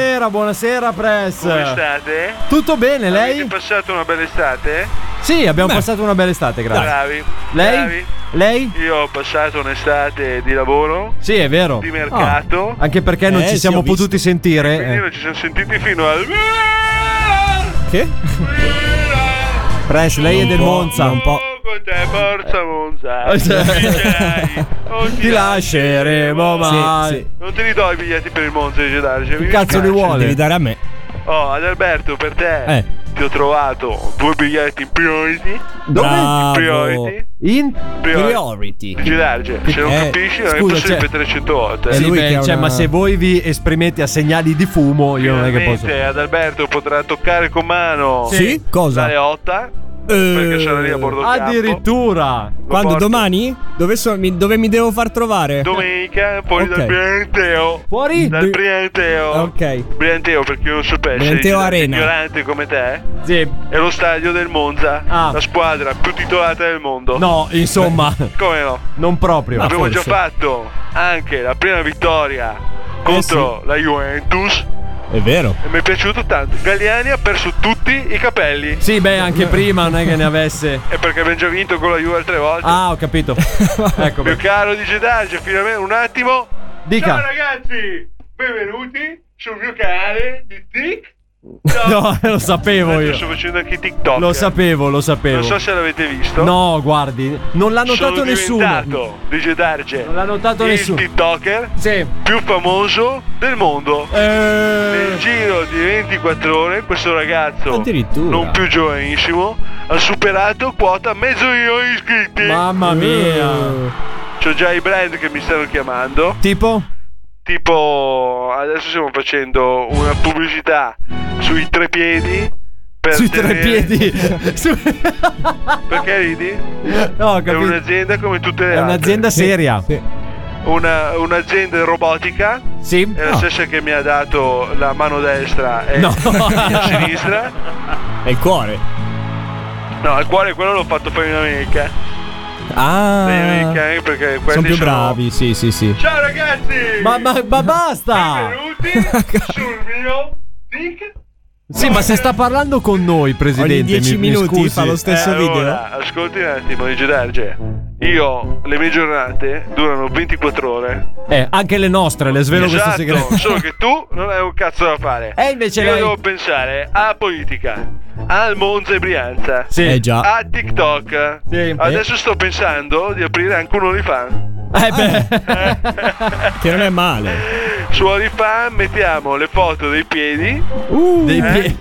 Buonasera, buonasera, Press.
Come state?
Tutto bene,
Avete
lei?
passato una bella estate?
Sì, abbiamo
Beh.
passato una bella estate, grazie.
Bravi.
Lei?
Bravi.
Lei?
Io ho passato un'estate di lavoro.
Sì, è vero.
Di mercato.
Ah, anche perché non
Eh,
ci
sì,
siamo
ho visto.
potuti sentire.
Quindi
eh.
non ci siamo sentiti fino al.
Che? Press, lei è del Monza. Un po'.
Te forza Monza.
Eh, cioè.
vincerai. Non
Ti lasceremo mai.
Non te li do i biglietti per il Monza di Gedare. Cioè, mi dispiace.
Devi dare a me.
Oh, Adalberto, per te.
Eh.
Ti ho trovato due biglietti in priority.
Dove?
In
Bravo.
priority.
In
priority. Gedarge, se non
Eh,
capisci, non è
scusa,
possibile
cioè-
308.
Sì, beh, cioè, ma se voi vi esprimete a segnali di fumo, io non è che posso.
Finalmente Eh, Adalberto potrà toccare con mano
Sì, cosa?
la Leotta perché sarà lì a bordo campo.
Addirittura.
Lo
Quando
porto.
domani? Dove, sono- mi, dove mi devo far trovare?
domenica fuori dal
Ok.
Brianteo
fuori
dal Brianteo
Ah.
Ok.
Brianteo perché io non sapesse
Brianteo
sei
Arena.
ignorante come te
sì.
è lo stadio del Monza la squadra più titolata del mondo
Ah. No, Ah, insomma.
come no
Non proprio.
abbiamo già fatto anche la prima vittoria
Eh,
contro la Juventus
È vero.
e mi è piaciuto tanto Galliani ha perso tutti i capelli
Sì, beh, anche prima non è che ne avesse.
è perché abbiamo già vinto con la Juve tre volte
Ah, ho capito. Ecco.
Mio caro dice Darge, finalmente un attimo.
Dica.
Ciao ragazzi, benvenuti sul mio canale di Tic.
No, lo sapevo
Adesso
io.
sto facendo anche TikTok.
Lo sapevo, lo sapevo.
Non so se l'avete visto.
No, guardi, non l'ha notato
Sono
nessuno.
diventato, Dice Darge. Non
l'ha notato
il
nessuno.
TikToker
sì.
più famoso del mondo. Nel
Eh,
giro di 24 ore questo ragazzo,
Addirittura.
non più giovanissimo, ha superato quota mezzo milione di iscritti.
Mamma mia.
C'ho già i brand che mi stanno chiamando.
Tipo?
Tipo, adesso stiamo facendo una pubblicità sui tre piedi. Per
Sui tre
tenere-
piedi. Su-
Perché ridi?
No, ho
È
capito.
un'azienda come tutte le
È
altre.
un'azienda seria.
Una- un'azienda robotica.
Sì.
È la
Ah.
stessa che mi ha dato la mano destra e
No.
la sinistra.
È il cuore.
No, il cuore quello l'ho fatto per in America.
Ah.
Eh.
Per in America anche perché quelli
sono più
Diciamo-
bravi, sì, sì, sì.
Ciao ragazzi!
Ma, ma- ma basta!
Benvenuti sul mio Dick.
Sì, ma se sta parlando con noi, presidente, mi, mi scusi.
Eh, allora, Ascolti un attimo, dice Darge. Io, le mie giornate durano 24 ore.
Eh, anche le nostre, le svelo
esatto,
questo segreto.
solo che tu non hai un cazzo da fare.
E invece
Io
lei-
devo pensare alla politica, al Monza e Brianza,
Sì. Eh, già.
a TikTok.
Sì.
Adesso sto pensando di aprire anche un OnlyFans.
Eh beh.
Eh.
che non è male.
Su OnlyFans mettiamo le foto dei piedi.
Dei
eh,
pie-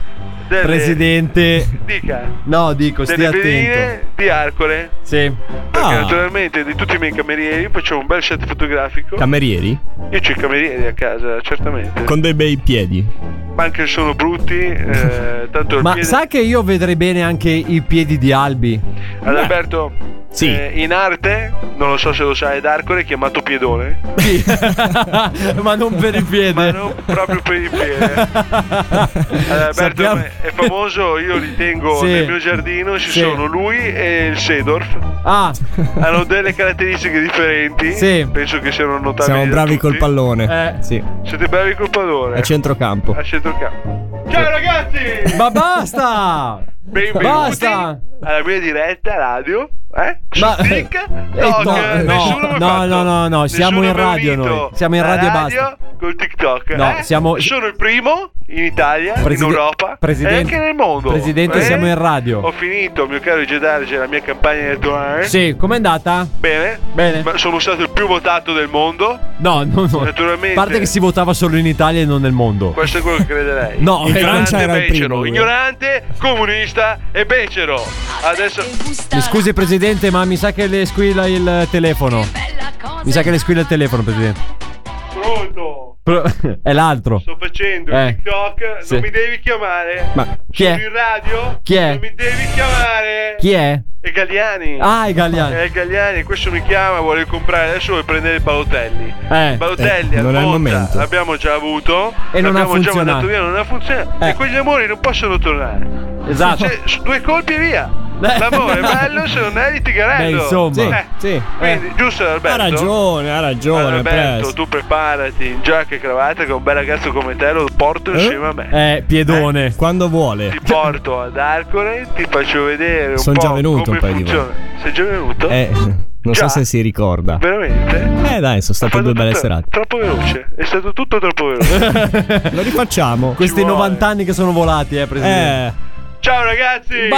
delle-
Presidente.
Dica.
No, dico,
delle
stia attento.
pedine di Arcole.
Sì.
Perché
Ah.
naturalmente di tutti i miei camerieri facciamo un bel set fotografico.
Camerieri?
Io c'ho i camerieri a casa, certamente.
Con dei bei piedi.
Ma anche se sono brutti, eh, tanto il
Ma
piede-
sa che io vedrei bene anche i piedi di Albi?
Adalberto, eh, in arte, non lo so se lo sai, d'Arcole è chiamato piedone.
ma non per il piede. Ma
non proprio per il piede. Adalberto
Sappiamo-
è- è famoso, io li tengo
Sì.
nel mio giardino, ci
Sì.
sono lui e il Sedorf.
Ah.
Hanno delle caratteristiche differenti.
Sì.
Penso che siano notabili.
Siamo
da
bravi
tutti.
col
Eh.
Eh, pallone. Sì.
Siete bravi col pallone.
A centrocampo.
A centrocampo. Ciao ragazzi!
Ma basta!
Benvenuti
Basta!
alla mia diretta radio. Eh? Su
Ma-
Tic
Eh,
Toc.
no,
Nessuno
no,
mi ha
no,
fatto-
no, no, no, siamo
nessuno
in
mi ha
radio
unito
noi. Siamo in
la
radio e basta.
Col TikTok.
No,
eh?
siamo-
Sono il primo in Italia,
Preside-
in Europa
Presidente-
e anche nel mondo.
Presidente,
Eh?
siamo in radio.
Ho finito, mio caro Gedare, c'è la mia campagna elettorale.
Sì, com'è andata?
Bene,
Bene.
Ma sono stato il più votato del mondo.
No, no, no.
Naturalmente.
A parte che si votava solo in Italia e non nel mondo.
Questo è quello che crederei.
No, in
ignorante
Francia
e
era il
becero.
primo lui.
ignorante, comunista e becero. Adesso.
Mi scusi, presidente, ma mi sa che le squilla il telefono. Mi sa che le squilla il telefono, presidente.
Pronto?
Pro- è l'altro.
Sto facendo
Eh.
il TikTok,
Sì.
non mi devi chiamare.
Ma chi
Sono
è?
in radio.
Chi è?
Non mi devi chiamare.
Chi è?
E Gagliani.
Ah, è Galliani.
Eh, Galliani, questo mi chiama, vuole comprare. Adesso vuole prendere i Balotelli.
Eh.
Balotelli,
Eh, non è il
Almonza,
momento.
l'abbiamo già avuto.
E non ha
l'abbiamo già
funzionato. Eh.
mandato via, non ha funzionato. E quegli amori non possono tornare.
Esatto.
Cioè, s- due colpi e via.
Eh.
L'amore è bello se non è litigarello.
Beh, insomma. Sì,
Eh.
sì.
Quindi, giusto, Alberto?
Ha ragione, ha ragione.
Alberto,
presto.
tu preparati in giacca e cravatta che un bel ragazzo come te lo porto insieme a me.
Eh, piedone.
Quando vuole.
Ti porto ad Arcore, ti faccio vedere un
Sono
po'
già venuto
come
un paio di
funziona. Sei già venuto?
Eh, non
Già?
so se si ricorda.
Veramente?
Eh dai, sono state due belle serate.
Troppo veloce, è stato tutto troppo veloce.
Lo rifacciamo.
Questi 90 anni che sono volati, eh, presidente.
Ciao ragazzi!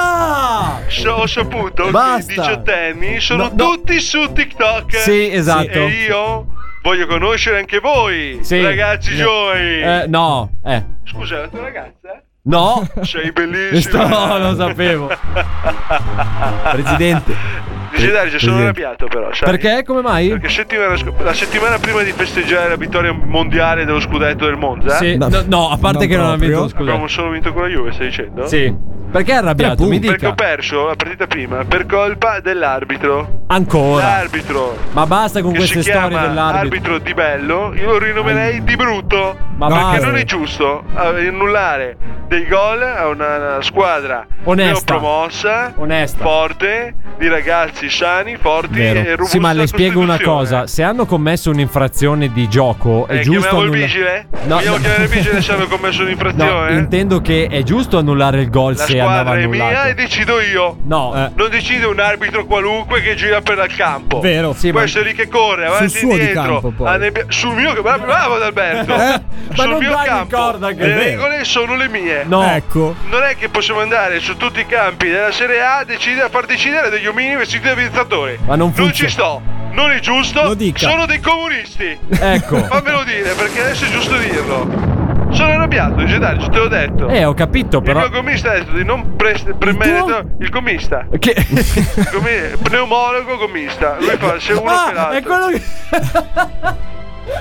Basta!
So- ho saputo
Basta!
che i diciottenni sono
No, no.
tutti su TikTok.
Sì, esatto.
E io voglio conoscere anche voi,
Sì.
ragazzi
No.
giovani.
Eh, no, eh.
Scusa, la tua ragazza? eh?
No.
Sei bellissimo.
No, lo sapevo. Presidente.
Dice Dario, sono
Presidente.
arrabbiato però, sai?
Perché? Come mai?
Perché settimana sc- la settimana prima di festeggiare la vittoria mondiale dello scudetto del Monza,
Sì, no, no, a parte che non ha vinto lo scudetto.
abbiamo solo vinto con la Juve, stai dicendo?
Sì. Perché è arrabbiato? Mi
Perché ho
dica.
perso la partita prima per colpa dell'arbitro.
Ancora.
L'arbitro
Ma basta con
che
queste
si
storie
chiama
dell'arbitro.
arbitro di bello, io lo rinomerei di brutto.
Ma
perché
basta.
non è giusto eh, annullare dei gol a una squadra
Onesta.
neopromossa,
Onesta.
forte, di ragazzi sani, forti e
Vero.
robusti.
Sì, ma
alla
le spiego una
Costituzione.
cosa: se hanno commesso un'infrazione di gioco, è
Eh,
giusto.
chiamiamo il
annulla-
vigile?
No,
Vogliamo
no.
chiamare il vigile se hanno commesso
No,
un'infrazione?
intendo che è giusto annullare il gol
eh? La
se andava
squadra è mia e
annullato.
decido io.
No, eh,
Non decide un arbitro qualunque che gira per il campo.
Vero. Sì, ma-
Questo lì che corre avanti
Sul suo
e
di
dietro.
campo, poi.
annebbia- Ah, Sul mio che bravo, bravo ad Alberto.
Eh? Ma
Sul
non
mio
dai
campo.
corda che- È
le
vero.
regole sono le mie.
No.
Ecco.
Non è che possiamo andare su tutti i campi della Serie A a decidere- a far decidere degli omini vestiti da aviazzatori.
Ma non funziona.
ci sto. Non è giusto. Sono dei comunisti.
Ecco.
Fammelo dire perché adesso è giusto dirlo. Sono arrabbiato, Gedarci, te l'ho detto.
Eh, ho capito, però.
Il mio commista ha detto di non pre- premedito. Il commista.
Che.
Il commi- pneumologo commista. Lui fa se uno
Ah,
che l'altro.
è quello che.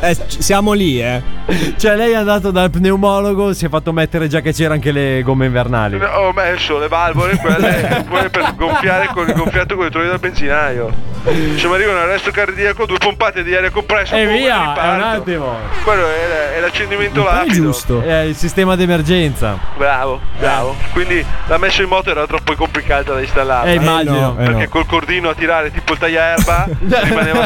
Eh, c- siamo lì, eh.
Cioè, lei è andato dal pneumologo, si è fatto mettere già che c'era anche le gomme invernali.
Ho messo le valvole quelle, quelle per gonfiare con il gonfiato con i tuoi del benzinaio. Se mi arriva un arresto cardiaco, due pompate di aria compressa
E
boom,
via,
riparto.
è un attimo.
Quello è, è l'accendimento
Non è
lapido.
giusto. È il sistema d'emergenza.
Bravo, bravo. Quindi la messa in moto era troppo complicata da installare.
Eh, immagino.
Eh, no, eh,
perché
no.
col cordino a tirare tipo il tagliaerba rimaneva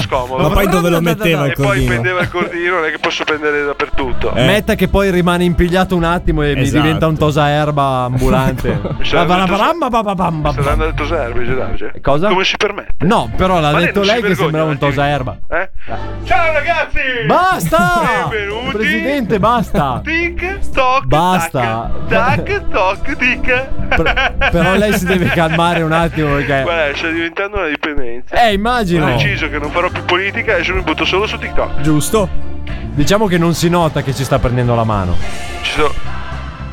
Ma
scomodo.
poi dove lo metteva il
E poi
cordino?
prendeva il cordino, non è che posso prendere dappertutto.
Metta che poi rimane impigliato un attimo e mi
Esatto.
diventa un tosa erba ambulante.
Mi sarà
Ba- ba-
detto-
ba- ba- ba- ba- ba- ba-
Sta andando detto Serbi, Gerardo.
Cosa?
cioè." Come si permette?
No, però l'ha
Ma lei
detto
non si
lei che
vergogna,
sembrava un
Martino?
tosa erba.
Eh?
Ah.
Ciao ragazzi!
Basta!
Benvenuti!
Presidente, basta!
Tic toc
Basta.
tac, tac toc tic.
Però lei si deve calmare un attimo perché.
Guarda, sta diventando una dipendenza.
Eh, immagino.
Ho deciso che non farò più politica e adesso mi butto solo su TikTok.
Giusto. Diciamo che non si nota che ci sta prendendo la mano.
Ci sto.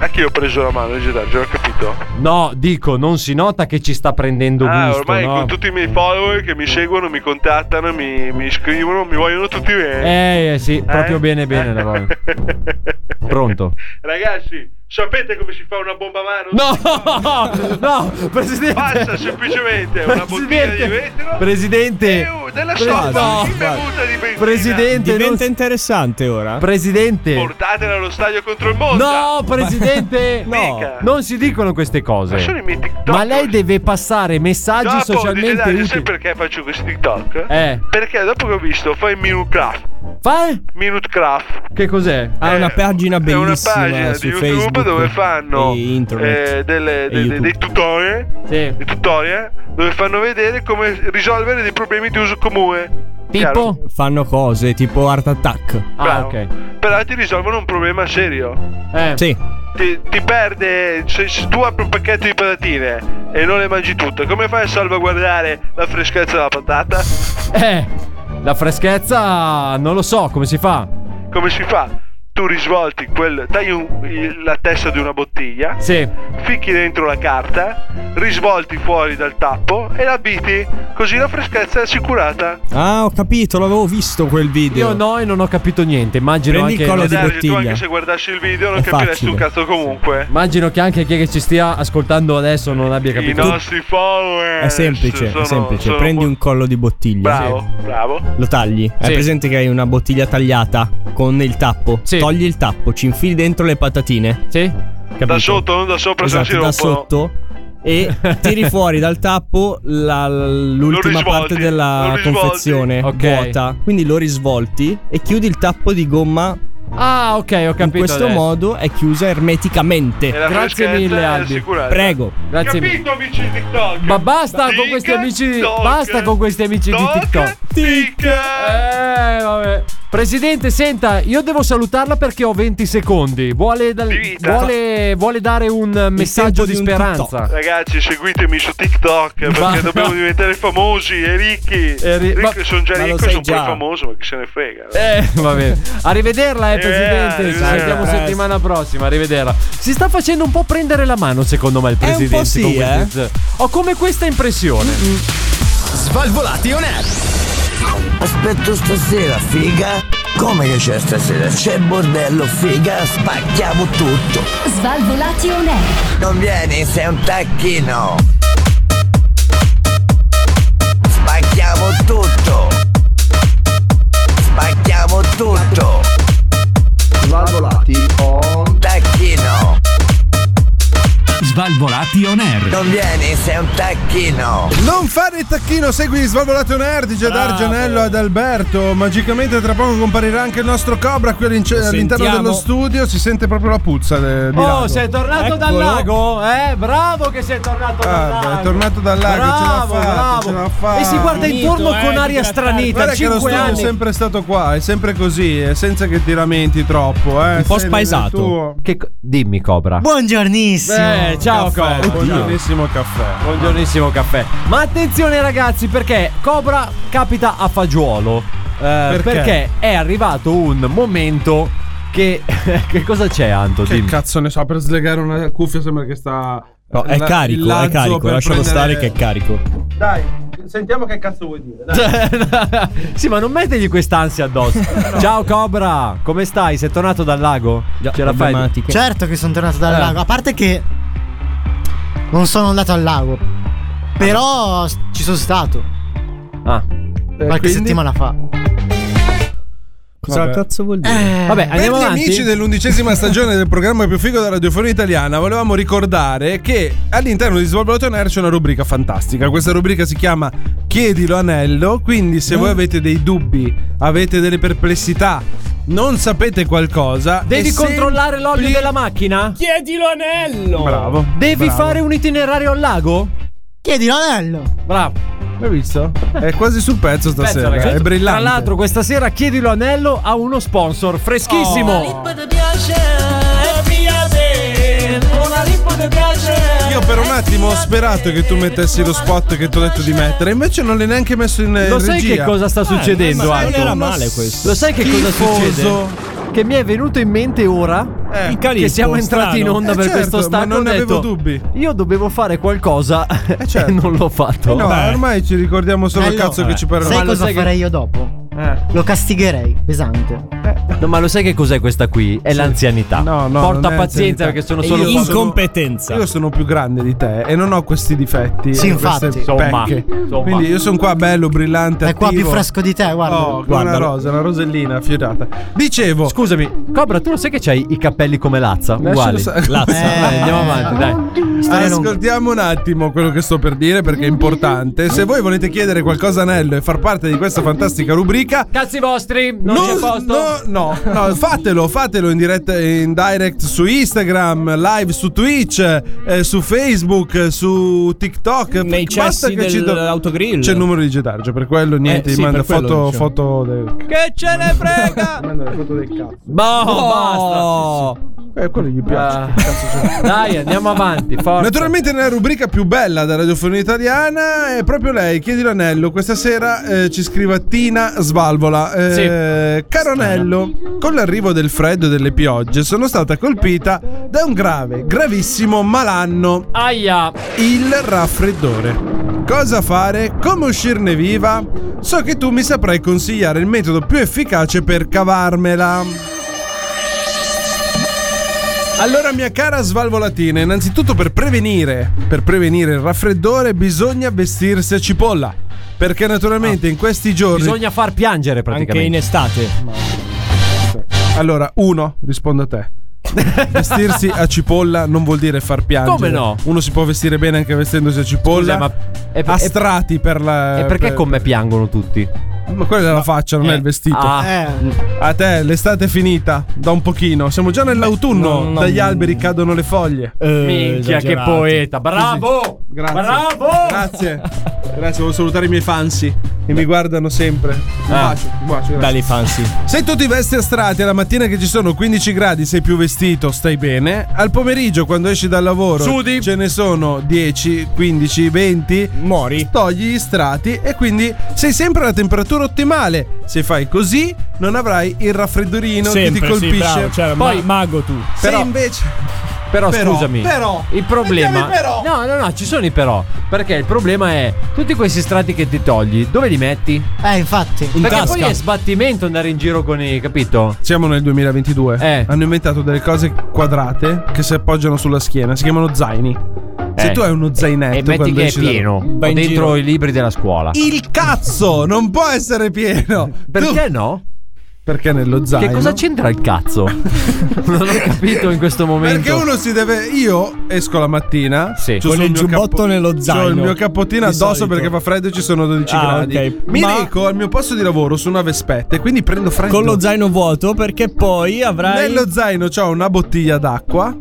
A chi ho preso la mano, Gerardo? Ho capito.
No, dico, non si nota che ci sta prendendo
Ah,
gusto.
ormai
no?
con tutti i miei follower che mi seguono, mi contattano, mi, mi scrivono, mi vogliono tutti bene.
Eh, eh, sì, proprio bene, bene. la voglio. Pronto?
Ragazzi, sapete come si fa una bomba a mano?
No! No, presidente!
Passa semplicemente una bottiglia di vetro.
Presidente!
e della
Presi-
sorta
no,
di bevuta di benzina.
Presidente,
Diventa
non-
interessante ora.
Eh,
Presidente!
Portatela allo stadio contro il mondo.
No, presidente! No! Non si dicono queste
sono i
cose.
miei TikTok. boh,
Ma lei deve passare messaggi
Dopo,
socialmente
digitali, sai
utili.
perché faccio questi TikTok?
Eh.
Perché dopo che ho visto fai Minutecraft.
Fai?
Minutecraft.
Che cos'è? Ah,
Ha una pagina
È una
bellissima
pagina
su
di YouTube
Facebook
dove fanno
e internet.
eh, delle- dei-
YouTube.
dei tutorial,
Sì.
dei tutorial dove fanno vedere come risolvere dei problemi di uso comune. Chiaro?
Fanno cose tipo Art Attack.
Ah,
Bravo. Però ti risolvono un problema serio.
Eh.
Sì.
Ti, ti perde. Se, se tu apri un pacchetto di patatine e non le mangi tutte, come fai a salvaguardare la freschezza della patata?
Eh, la freschezza non lo so come si fa.
Come si fa? tu risvolti quel. tagli un- il- la testa di una bottiglia,
Sì.
ficchi dentro la carta, risvolti fuori dal tappo e la biti, così la freschezza è assicurata.
Ah, ho capito, l'avevo visto quel video. Io no e non ho capito niente. Immagino
Prendi il
anche
collo di Dario, tu Esatto, anche se guardassi il video non
È
capiresti
facile.
un cazzo comunque.
Immagino che anche chi che ci stia ascoltando adesso non abbia
I
capito.
nostri follower
È semplice,
sono-
è semplice.
sono
Prendi un collo di bottiglia.
Bravo, bravo.
Lo tagli. Hai
Sì.
presente che hai una bottiglia tagliata con il tappo. Togli il tappo, ci infili dentro le patatine.
Sì.
Da sotto, non da sopra, se no si
esatto, da
rompono.
sotto. E tiri fuori dal tappo la- l'ultima
risvolti,
parte
lo
della
risvolti.
confezione
Ok.
vuota. Quindi lo risvolti e chiudi il tappo di gomma.
Ah, ok, ho
In
capito
questo
adesso.
modo è chiusa ermeticamente.
E
Eh,
la Grazie freschezza mille, è Albi. assicurata.
Prego.
Grazie mille.
Capito, amici di TikTok?
Ma basta con questi amici di basta con questi amici di TikTok. Eh, vabbè. Presidente, senta, io devo salutarla perché ho 20 secondi. Vuole, dal- vuole- vuole dare un eh, messaggio di, speranza.
Ragazzi, seguitemi su TikTok perché
Ma-
dobbiamo diventare famosi e ricchi.
E ri-
ricco,
ma-
sono già
ma lo
ricco,
sei
sono
già.
pure famoso, ma chi se ne frega. no?
Eh, va bene. Arrivederla, eh,
Eh,
presidente. Ci
arrivederla.
sentiamo settimana prossima. Arrivederla. Si sta facendo un po' prendere la mano, secondo me, il
un
presidente.
po' sì,
con queste-
eh.
Ho come questa impressione.
Svalvolati on air. Aspetto stasera, figa. Come che c'è stasera? C'è bordello, figa. Spacchiamo tutto.
Svalvolati on air.
Non vieni, sei un tacchino. Spacchiamo tutto. Spacchiamo tutto. Svalvolati on tacchino.
Svalvolati on air.
Non vieni, sei un tacchino.
Non fare il tacchino, segui Svalvolato Nerd, di Giadar Gianello ad Alberto. Magicamente tra poco comparirà anche il nostro Cobra qui all'ince-
Lo
all'interno
sentiamo.
dello studio. Si sente proprio la puzza eh, di
Oh,
lago.
sei tornato dal
Eccolo.
lago? Eh, bravo che sei tornato
Ah,
dal
beh,
lago.
è tornato dal lago, ce l'ha
Bravo,
fatta,
bravo.
ce l'ha fatta.
E si guarda intorno con aria stranita.
Guarda che lo
5
studio
anni.
è sempre stato qua, è sempre così, eh, senza che ti lamenti troppo. Eh.
Un po'
Sei nel
spaesato.
tuo.
Che co- Dimmi, Cobra.
Buongiornissimo.
Eh, ciao
Caffè,
Cobra.
Buongiornissimo caffè.
Buongiornissimo caffè. Ma attenzione ragazzi perché Cobra capita a fagiolo. Eh, perché?
Perché?
è arrivato un momento che... che cosa c'è Anto?
Che
Dimmi.
cazzo ne so, per slegare una cuffia sembra che sta...
No, è
la- il
carico, è
lazzo
carico.
per
Lascialo
prendere-
stare che è carico.
Dai, sentiamo che cazzo vuoi dire.
sì, ma non mettegli quest'ansia addosso. Ciao Cobra, come stai? Sei tornato dal lago? C'era
Certo che sono tornato dal
Eh.
lago, a parte che non sono andato al lago. Però s- ci sono stato
Ah.
qualche settimana fa.
Cosa
Vabbè.
cazzo vuol dire?
Vabbè, andiamo
per gli
avanti?
amici dell'undicesima stagione del programma più figo della radiofonia italiana, volevamo ricordare che all'interno di Svalbard On Air c'è una rubrica fantastica. Questa rubrica si chiama Chiedilo Anello. Quindi, se voi avete dei dubbi, avete delle perplessità, non sapete qualcosa,
Devi
è
controllare
sempli-
l'olio della macchina? Chiedilo anello!
Bravo,
Devi
bravo.
fare un itinerario al lago?
Chiedilo anello!
Bravo.
Hai visto? È quasi sul pezzo
Pezzo,
stasera.
ragazzi.
è brillante.
Tra l'altro, questa sera Chiedilo Anello ha uno sponsor freschissimo.
Oh, Io per un attimo ho sperato che tu mettessi lo spot che ti ho detto di mettere, invece non l'hai neanche messo in eh,
Lo sai
regia.
che cosa sta
Eh,
succedendo?
ma
Anto?
non era male questo.
Lo sai che cosa
Schifoso.
succede? Che mi è venuto in mente ora
Eh. Il
che
califfo,
siamo entrati in
strano.
onda
Eh,
per
certo,
questo stacco.
ma non
ho detto,
avevo dubbi.
Io dovevo fare qualcosa e non l'ho fatto.
Eh no, ormai ci ricordiamo solo il
Anello,
cazzo che ci Eh. parla.
Sai cosa farei io dopo? Lo castigherei, pesante.
No, ma lo sai che cos'è questa qui? È l'anzianità.
no,
Porta
non è
pazienza
anzianità.
perché sono
E
solo
io sono-
incompetenza.
Io sono più grande di te e non ho questi difetti.
Sì,
e queste
infatti. Insomma,
pecche.
insomma.
Quindi io sono qua bello, brillante.
È qua
attivo.
più fresco di te, guarda.
Oh, come una
Guardalo.
rosa, una rosellina fiorata. Dicevo.
Scusami, Cobra, tu lo sai che c'hai i capelli come Lazza?
Lascialo
Uguali.
stare.
Eh,
Lazza. Dai, andiamo avanti,
Ah.
dai. Storia lunga.
Ascoltiamo un attimo quello che sto per dire perché è importante. Se voi volete chiedere qualcosa a Anello e far parte di questa fantastica rubrica,
Cazzi vostri, non, c'è posto.
No, no, no, fatelo, fatelo in diretta in direct su Instagram, live su Twitch, eh, su Facebook, eh, su TikTok.
Nei
Basta
cessi
che ci do-
dell'autogrill.
C'è il numero di Getargio, per quello niente,
Eh, sì,
manda
per quello,
foto,
diciamo.
foto del
Che ce ne frega!
manda le foto del cazzo.
Boh, basta.
Eh,
Eh, quello gli piace.
Dai, andiamo avanti. Forza.
Naturalmente nella rubrica più bella della radiofonia italiana è proprio lei, chiedi l'anello. Questa sera eh, ci scrive Tina Svalvola. Eh, Caro anello, con l'arrivo del freddo e delle piogge sono stata colpita da un grave, gravissimo malanno.
Aia!
Il raffreddore. Cosa fare? Come uscirne viva? So che tu mi saprai consigliare il metodo più efficace per cavarmela. Allora, mia cara Svalvolatina, innanzitutto per prevenire, per prevenire il raffreddore bisogna vestirsi a cipolla. Perché naturalmente in questi giorni.
Bisogna far piangere praticamente.
Anche in
estate.
Allora, uno, rispondo a te. Vestirsi a cipolla non vuol dire far piangere.
Come no?
Uno si può vestire bene anche vestendosi a cipolla.
Scusa, ma è-
a strati per la.
E perché
per-
con me piangono tutti?
Ma quella è la faccia, non è il vestito.
Ah.
Eh, A te, l'estate è finita. Da un pochino. Siamo già nell'autunno.
no, no,
Dagli
no.
alberi cadono le foglie.
Eh, Minchia, che poeta. Bravo!
Grazie.
Bravo!
Grazie. Grazie, volevo salutare i miei fansi che mi guardano sempre. Un
Ah.
bacio, un bacio. grazie.
Dai, fancy.
Se tu ti vesti a strati alla mattina che ci sono 15 gradi, sei più vestito, stai bene. Al pomeriggio, quando esci dal lavoro,
Sudi.
ce ne sono 10, 15, 20.
Mori.
Togli gli strati e quindi sei sempre alla temperatura ottimale. Se fai così, non avrai il raffreddorino che ti
Sempre, sì,
colpisce.
bravo, cioè,
Poi,
ma- mago tu.
se
però-
invece.
Però,
Però,
scusami.
però.
il problema.
Mettiami però.
No, no, no, ci sono i però. Perché il problema è tutti questi strati che ti togli, dove li metti?
Eh, infatti.
perché poi è sbattimento andare in giro con i, capito?
Siamo nel 2022.
Eh.
Hanno inventato delle cose quadrate che si appoggiano sulla schiena. Si chiamano zaini. Se
Eh.
tu hai uno zainetto
E metti
quando
che è
esci dal-
pieno.
Vai
Ho
in
dentro
giro.
i libri della scuola.
Il cazzo non può essere pieno.
Perché no?
Perché nello zaino.
Che cosa c'entra il cazzo? non ho capito in questo momento.
Perché uno si deve. Io esco la mattina.
Sì.
c'ho
Con
sul
il
mio
giubbotto nello
C'ho il
zaino.
mio cappottino
Di
addosso
solito.
perché fa freddo e ci sono 12
Ah,
gradi.
ok.
Mi
Ma-
reco al mio posto di lavoro su una vespetta e quindi prendo freddo.
Con lo zaino vuoto perché poi avrai.
Nello zaino c'ho una bottiglia d'acqua.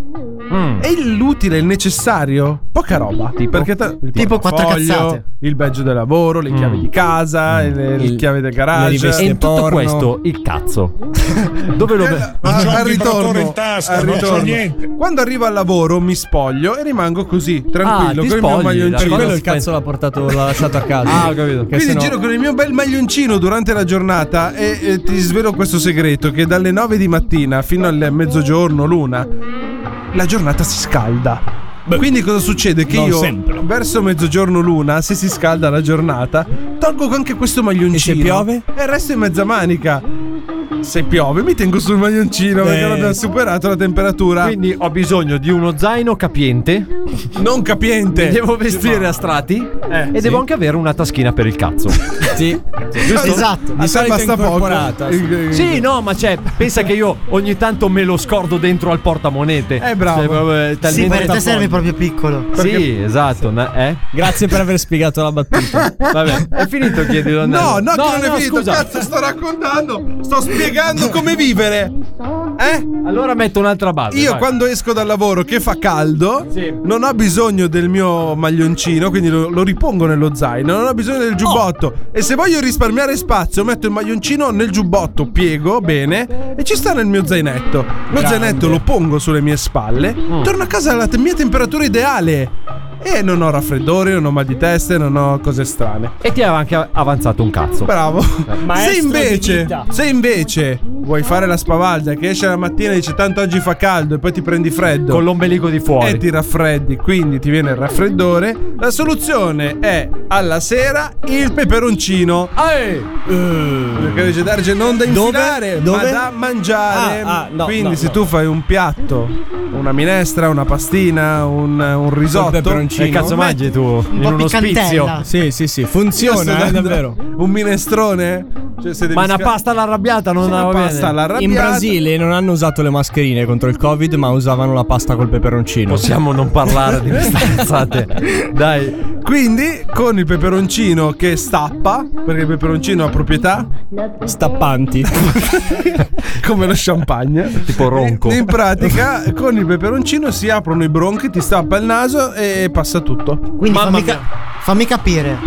Mm.
E l'utile, il necessario, poca roba. Perché ta- il
Tipo quattro
portafoglio,
cazzate.
Il badge del lavoro, le chiavi di casa, le, le
Mm. Il-
chiavi del
Le
garage.
riveste E in tutto porno. questo, il cazzo. Dove lo
Ma
c'ho il
Ah, al ritorno,
vibratore in tasca,
al
non c'ho
ritorno.
niente.
Quando arrivo al lavoro mi spoglio e rimango così, tranquillo,
Ah, ti
con il mio
spogli,
maglioncino.
Per quello il cazzo l'ha portato, l'ha lasciato a casa.
Ah, ho capito.
Che
Quindi
sennò-
giro con il mio bel maglioncino durante la giornata e, eh, ti svelo questo segreto che dalle 9 di mattina fino al mezzogiorno, l'una, la giornata si scalda. Quindi cosa succede? Che
non
io
sempre.
verso mezzogiorno l'una, se si scalda la giornata, tolgo anche questo maglioncino.
E se piove?
E resto in mezza manica. Se piove mi tengo sul maglioncino perché
Eh.
non abbiamo superato la temperatura.
Quindi ho bisogno di uno zaino capiente.
Non capiente.
Mi devo vestire a strati. e devo anche avere una taschina per il cazzo.
Sì.
Esatto. Mi sa basta poco. Eh,
Sì, no, ma cioè, pensa che io ogni tanto me lo scordo dentro al portamonete.
Eh, bravo.
Cioè, proprio, eh,
Sì,
talmente
per te serve proprio piccolo.
Sì, esatto. na- eh?
Grazie per aver spiegato la battuta.
Vabbè, è finito chiedi
No, no, che non è finito.
scusa.
Cazzo, sto raccontando. Sto spiegando come vivere. Eh?
Allora metto un'altra base.
Io
vai.
quando esco dal lavoro che fa caldo, non ho bisogno del mio maglioncino, quindi lo, lo ripongo nello zaino, non ho bisogno del giubbotto. E se voglio risparmiare spazio, metto il maglioncino nel giubbotto, piego bene e ci sta nel mio zainetto. Lo zainetto lo pongo sulle mie spalle, torno a casa alla te- mia temperatura ideale. E non ho raffreddore, non ho mal di testa, non ho cose strane.
E ti ha anche avanzato un cazzo.
Bravo.
Maestro
se
di
invece,
vita.
se invece vuoi fare la spavalda che esce la mattina e dice tanto oggi fa caldo e poi ti prendi freddo
Con l'ombelico di fuori.
e ti raffreddi, quindi ti viene il raffreddore, la soluzione è alla sera il peperoncino. Perché dice Darge non da
Dove?
infilare,
Dove?
ma da mangiare.
Ah, ah, no,
quindi
no,
se
no.
tu fai un piatto, una minestra, una pastina, un, un risotto,
peperoncino.
Eh,
e
Metti- Un po' piccantella. Sì, sì, sì, funziona,
Esatto. Io sto
eh,
dando
davvero.
Un minestrone? Cioè, se devi
Ma una
sca-
pasta all'arrabbiata non
Sì, una
va bene.
pasta all'arrabbiata.
In Brasile non hanno usato le mascherine contro il Covid, ma usavano la pasta col peperoncino.
Possiamo non parlare di queste cazzate. Dai.
Quindi con il peperoncino che stappa, perché il peperoncino ha proprietà
stappanti,
come lo champagne,
tipo ronco.
In pratica con il peperoncino si aprono i bronchi, ti stappa il naso e passa tutto.
Quindi fammi, ca- fammi capire.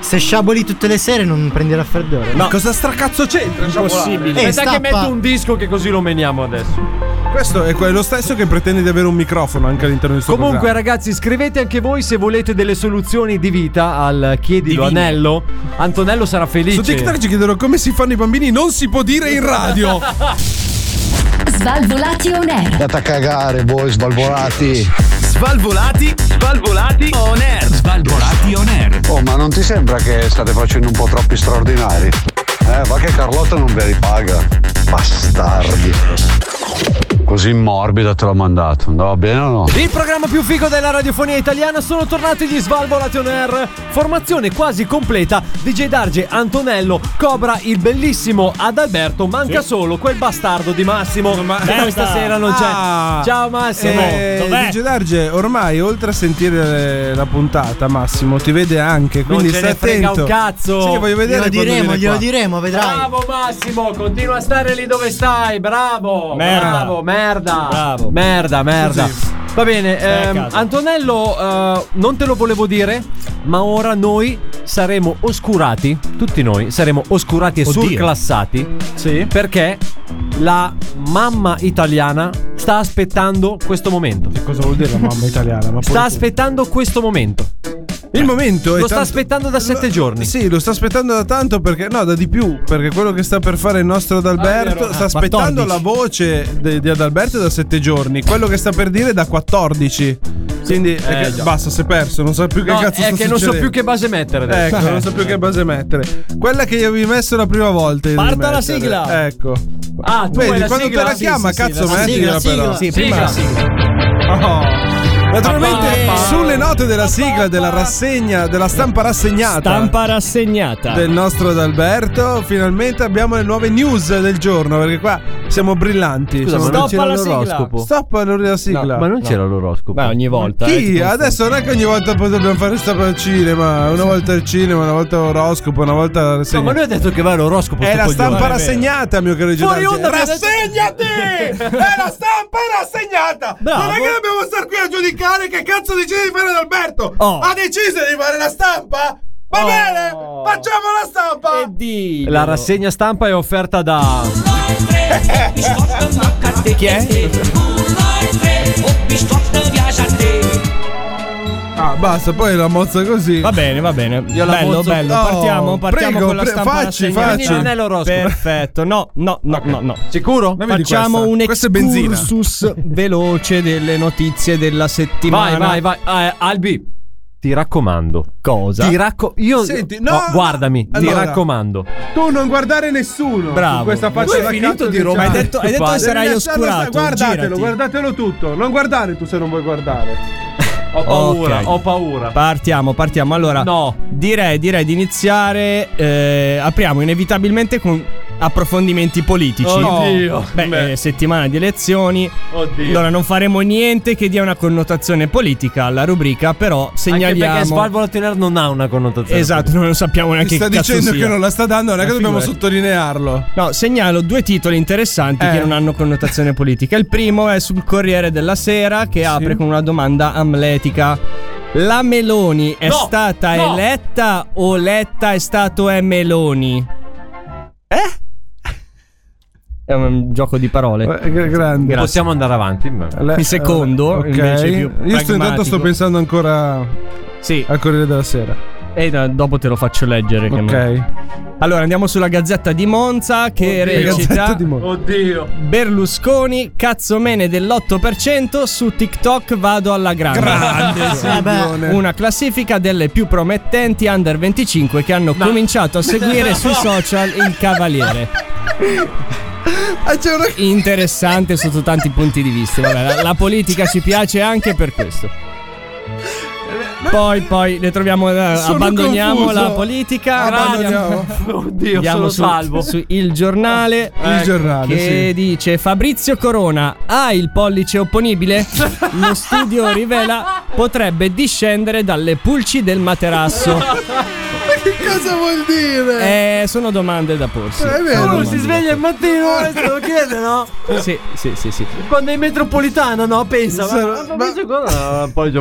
Se sciaboli tutte le sere non prendi raffreddore. Eh,
Cosa cosa stracazzo c'entra?
Impossibile.
Sciabolare?
Aspetta che metto un disco che così lo meniamo adesso.
Questo è quello stesso che pretende di avere un microfono anche all'interno del suo
Comunque,
programma.
ragazzi, scrivete anche voi se volete delle soluzioni di vita al chiedilo
Divine.
anello. Antonello sarà felice.
Su TikTok ci chiedono come si fanno i bambini, non si può dire in radio.
Svalvolati on air.
Andate a cagare voi svalvolati.
Svalvolati, svalvolati on air. Svalvolati on air.
Oh, ma non ti sembra che state facendo un po' troppi straordinari? Eh, va che Carlotta non ve li paga. Bastardi. Così morbida te l'ho mandato. Andava bene o no?
Il programma più figo della radiofonia italiana sono tornati gli Svalvolati on Air. Formazione quasi completa DJ Darge, Antonello, Cobra, il bellissimo Adalberto. Manca solo quel bastardo di Massimo. che noi stasera non c'è.
Ah.
Ciao Massimo.
Eh, Dice Darge, ormai oltre a sentire la puntata, Massimo ti vede anche. Quindi
ce
stai
ne frega
attento.
un cazzo.
Sì, voglio vedere
Glielo
quando
diremo,
viene
glielo
qua.
diremo, vedrai. Bravo Massimo, continua a stare lì dove stai. Bravo.
Merda.
Bravo, merda. Merda, merda. Va bene,
Stai a
ehm,
casa.
Antonello, eh, non te lo volevo dire, ma ora noi saremo oscurati, tutti noi saremo oscurati e
Oddio.
surclassati. Sì. Perché la mamma italiana sta aspettando questo momento. Che
cosa vuol dire la mamma italiana? Ma
sta
pure-
aspettando questo momento.
Il momento è
Lo sta
tanto-
aspettando da sette giorni.
Sì, lo sta aspettando da tanto perché no, da di più, perché quello che sta per fare il nostro Adalberto sta aspettando
14.
la voce de- di Adalberto da sette giorni, quello che sta per dire da 14. Quindi perché-
già.
basta, si è perso, non so più che
No,
cazzo
è
sta
che non so
succedendo.
più che base mettere adesso.
Ecco, non so più che base mettere. Quella che io vi ho messo la prima volta. io devo
Parta la
mettere.
sigla.
Ecco.
Ah, tu
Vedi,
hai la
quando
sigla?
te la
Sì,
chiama,
sì, sì,
cazzo,
la
mettila
sigla,
però.
sigla. Sì, prima-
Oh. Naturalmente,
Pa, pa, pa.
sulle note della sigla della rassegna, della stampa rassegnata.
Stampa rassegnata.
Del nostro Adalberto, finalmente abbiamo le nuove news del giorno. Perché qua siamo brillanti.
Scusa,
siamo
ma non
vicini
c'era
all'oroscopo.
l'oroscopo?
Stop allora la sigla.
No, ma non c'era
l'oroscopo.
Beh, ogni volta. eh, ti
Sì,
confondi.
adesso non è che ogni volta poi dobbiamo fare stop al cinema. Una volta il cinema, una volta l'oroscopo, una volta la rassegna.
No, ma lui ha detto che va all'oroscopo.
È
sto
la
coglione.
stampa
Eh, beh.
rassegnata, mio caro
Fuori
Giudice.
onda mi ha detto-
Rassegnati! è la stampa rassegnata!
Bravo.
Non è che dobbiamo star qui a giudicare che cazzo decide di fare Adalberto!
Oh.
Ha deciso di fare la stampa? Va bene! Facciamo la stampa!
La rassegna stampa è offerta da.
Chi è?
Ah, basta, poi la mozza così.
Va bene, va bene.
Io la
bello,
mozzo-
bello.
Oh,
partiamo, partiamo
prego,
con la
pre-
stampa
facci,
rassegnata.
facci.
Quindi non è
l'oroscopo.
Perfetto. No, no, no, no, no.
Sicuro?
Ma vedi
Facciamo
questa.
un
Questa è benzina.
excursus veloce delle notizie della settimana.
Vai, vai, vai. Eh, Albi, ti raccomando.
Cosa?
Ti racco- Io.
Senti, no,
Oh, guardami, ti
allora.
raccomando.
Tu non guardare nessuno.
Bravo.
Su questa faccia
Tu hai
da
finito
cazzo
di
che
rompere.
c'hai.
Hai detto- hai detto
Devi
che sarai
lasciarlo
oscurato,
sta- Guardatelo,
girati.
guardatelo tutto. Non guardare tu se non vuoi guardare.
Ho paura,
Ok.
ho paura.
Partiamo, partiamo. Allora,
No.
direi, direi di iniziare. eh, apriamo inevitabilmente con approfondimenti politici.
Oh,
Oddio.
Beh, eh, settimana di elezioni.
Oddio.
Allora, non faremo niente che dia una connotazione politica alla rubrica, però
Anche
segnaliamo.
perché Svalvola Tener non ha una connotazione.
Esatto, non lo sappiamo neanche
Ti sta
che cazzo
dicendo
sia.
che non la sta dando, non è che
Ma
dobbiamo
figurati.
sottolinearlo.
No, segnalo due titoli interessanti
Eh.
che non hanno connotazione politica. Il primo è sul Corriere della Sera che apre con una domanda amletica. La Meloni è
No,
stata
no.
eletta o letta è stato è Meloni? Eh? È un gioco di parole.
Eh, gra- Grande.
Possiamo andare avanti.
Le- eh,
Il secondo,
ok.
invece, più
Io sto intanto sto
pragmatico.
pensando ancora
Sì,
al Corriere della Sera.
e da- Eh, dopo te lo faccio leggere. che non-
Ok.
Allora andiamo sulla Gazzetta di Monza che recita...
Gazzetta di Monza.
Oddio.
Berlusconi, cazzomene dell'8%, su TikTok vado alla grande.
Grande, Silvione.
Una classifica delle più promettenti under 25 che hanno cominciato a seguire sui social il Cavaliere.
Ah,
Ah, Interessante sotto tanti punti di vista. Vabbè, la, la politica ci piace anche per questo. Poi, poi le troviamo. eh,
Sono
abbandoniamo
confuso.
la politica.
Abbandoniamo.
Oddio,
Andiamo
sono
su,
salvo.
su Il Giornale.
Il giornale,
Ecco, Che
sì.
dice Fabrizio Corona ha il pollice opponibile? Lo studio rivela potrebbe discendere dalle pulci del materasso.
Che cosa vuol dire?
Eh, sono domande da porsi.
Eh, è vero.
Sono
Uno si
domande
sveglia
da
il mattino e se lo chiede, no?
porsi. Sì, sì, sì, sì.
Quando è in metropolitana, no? Pensa, ma, ma, ma-
poi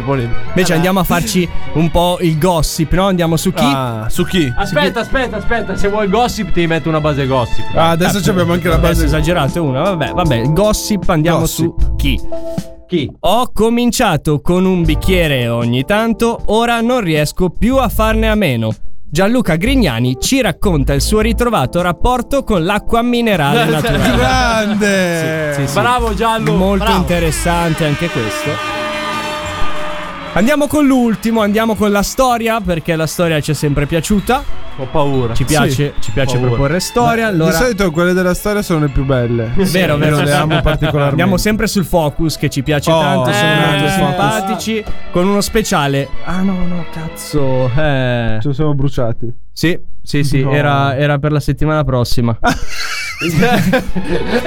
Invece andiamo a farci un po' il gossip, no? Andiamo su chi?
Ah,
su chi?
Aspetta, aspetta, aspetta, se vuoi gossip ti metto una base gossip.
Ah, adesso ci abbiamo anche la base.
Adesso esagerato è una, vabbè, vabbè, gossip, andiamo su chi. Chi? Ho cominciato con un bicchiere ogni tanto, ora non riesco più a farne a meno. Gianluca Grignani ci racconta il suo ritrovato rapporto con l'acqua minerale naturale.
Grande!
Sì, sì, sì.
Bravo Giallo,
Molto
bravo.
interessante anche questo. Andiamo con l'ultimo, andiamo con la storia, perché la storia ci è sempre piaciuta.
Ho paura.
Ci piace,
Sì.
ci piace
Paura.
proporre storia. Allora...
Di solito quelle della storia sono le più belle.
Vero, vero.
Io le amo particolarmente.
Andiamo sempre sul focus che ci piace
Oh,
tanto. Sono
eh,
molto
il focus.
simpatici. Con uno speciale. Ah, no, no, cazzo. Eh.
Ci siamo bruciati.
Sì, sì, sì.
No. Ah,
Era, era per la settimana prossima.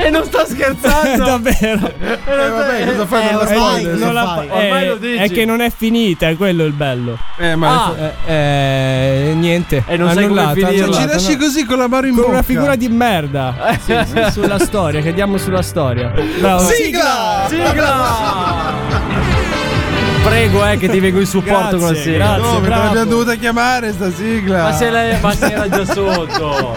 e non sto scherzando.
Davvero.
Eh,
vabbè, cosa fai? Non la spoiler?
Non la- eh,
Ormai lo dici.
È che non è finita, è quello il bello.
Eh,
ma-
eh, eh, niente.
E non sai come
Annullato,
finirla. Eh,
annullato,
Ci lasci
no.
così con la mano in
Con una
bocca.
figura di merda. Sì, sì, sulla storia, Chiediamo sulla storia. Bravo.
Sigla!
Prego, eh, che ti vengo in
Grazie,
supporto con la sigla.
grazie,
No, perché
bravo.
l'abbiamo dovuta chiamare sta sigla.
Ma se, la- ma se era già sotto,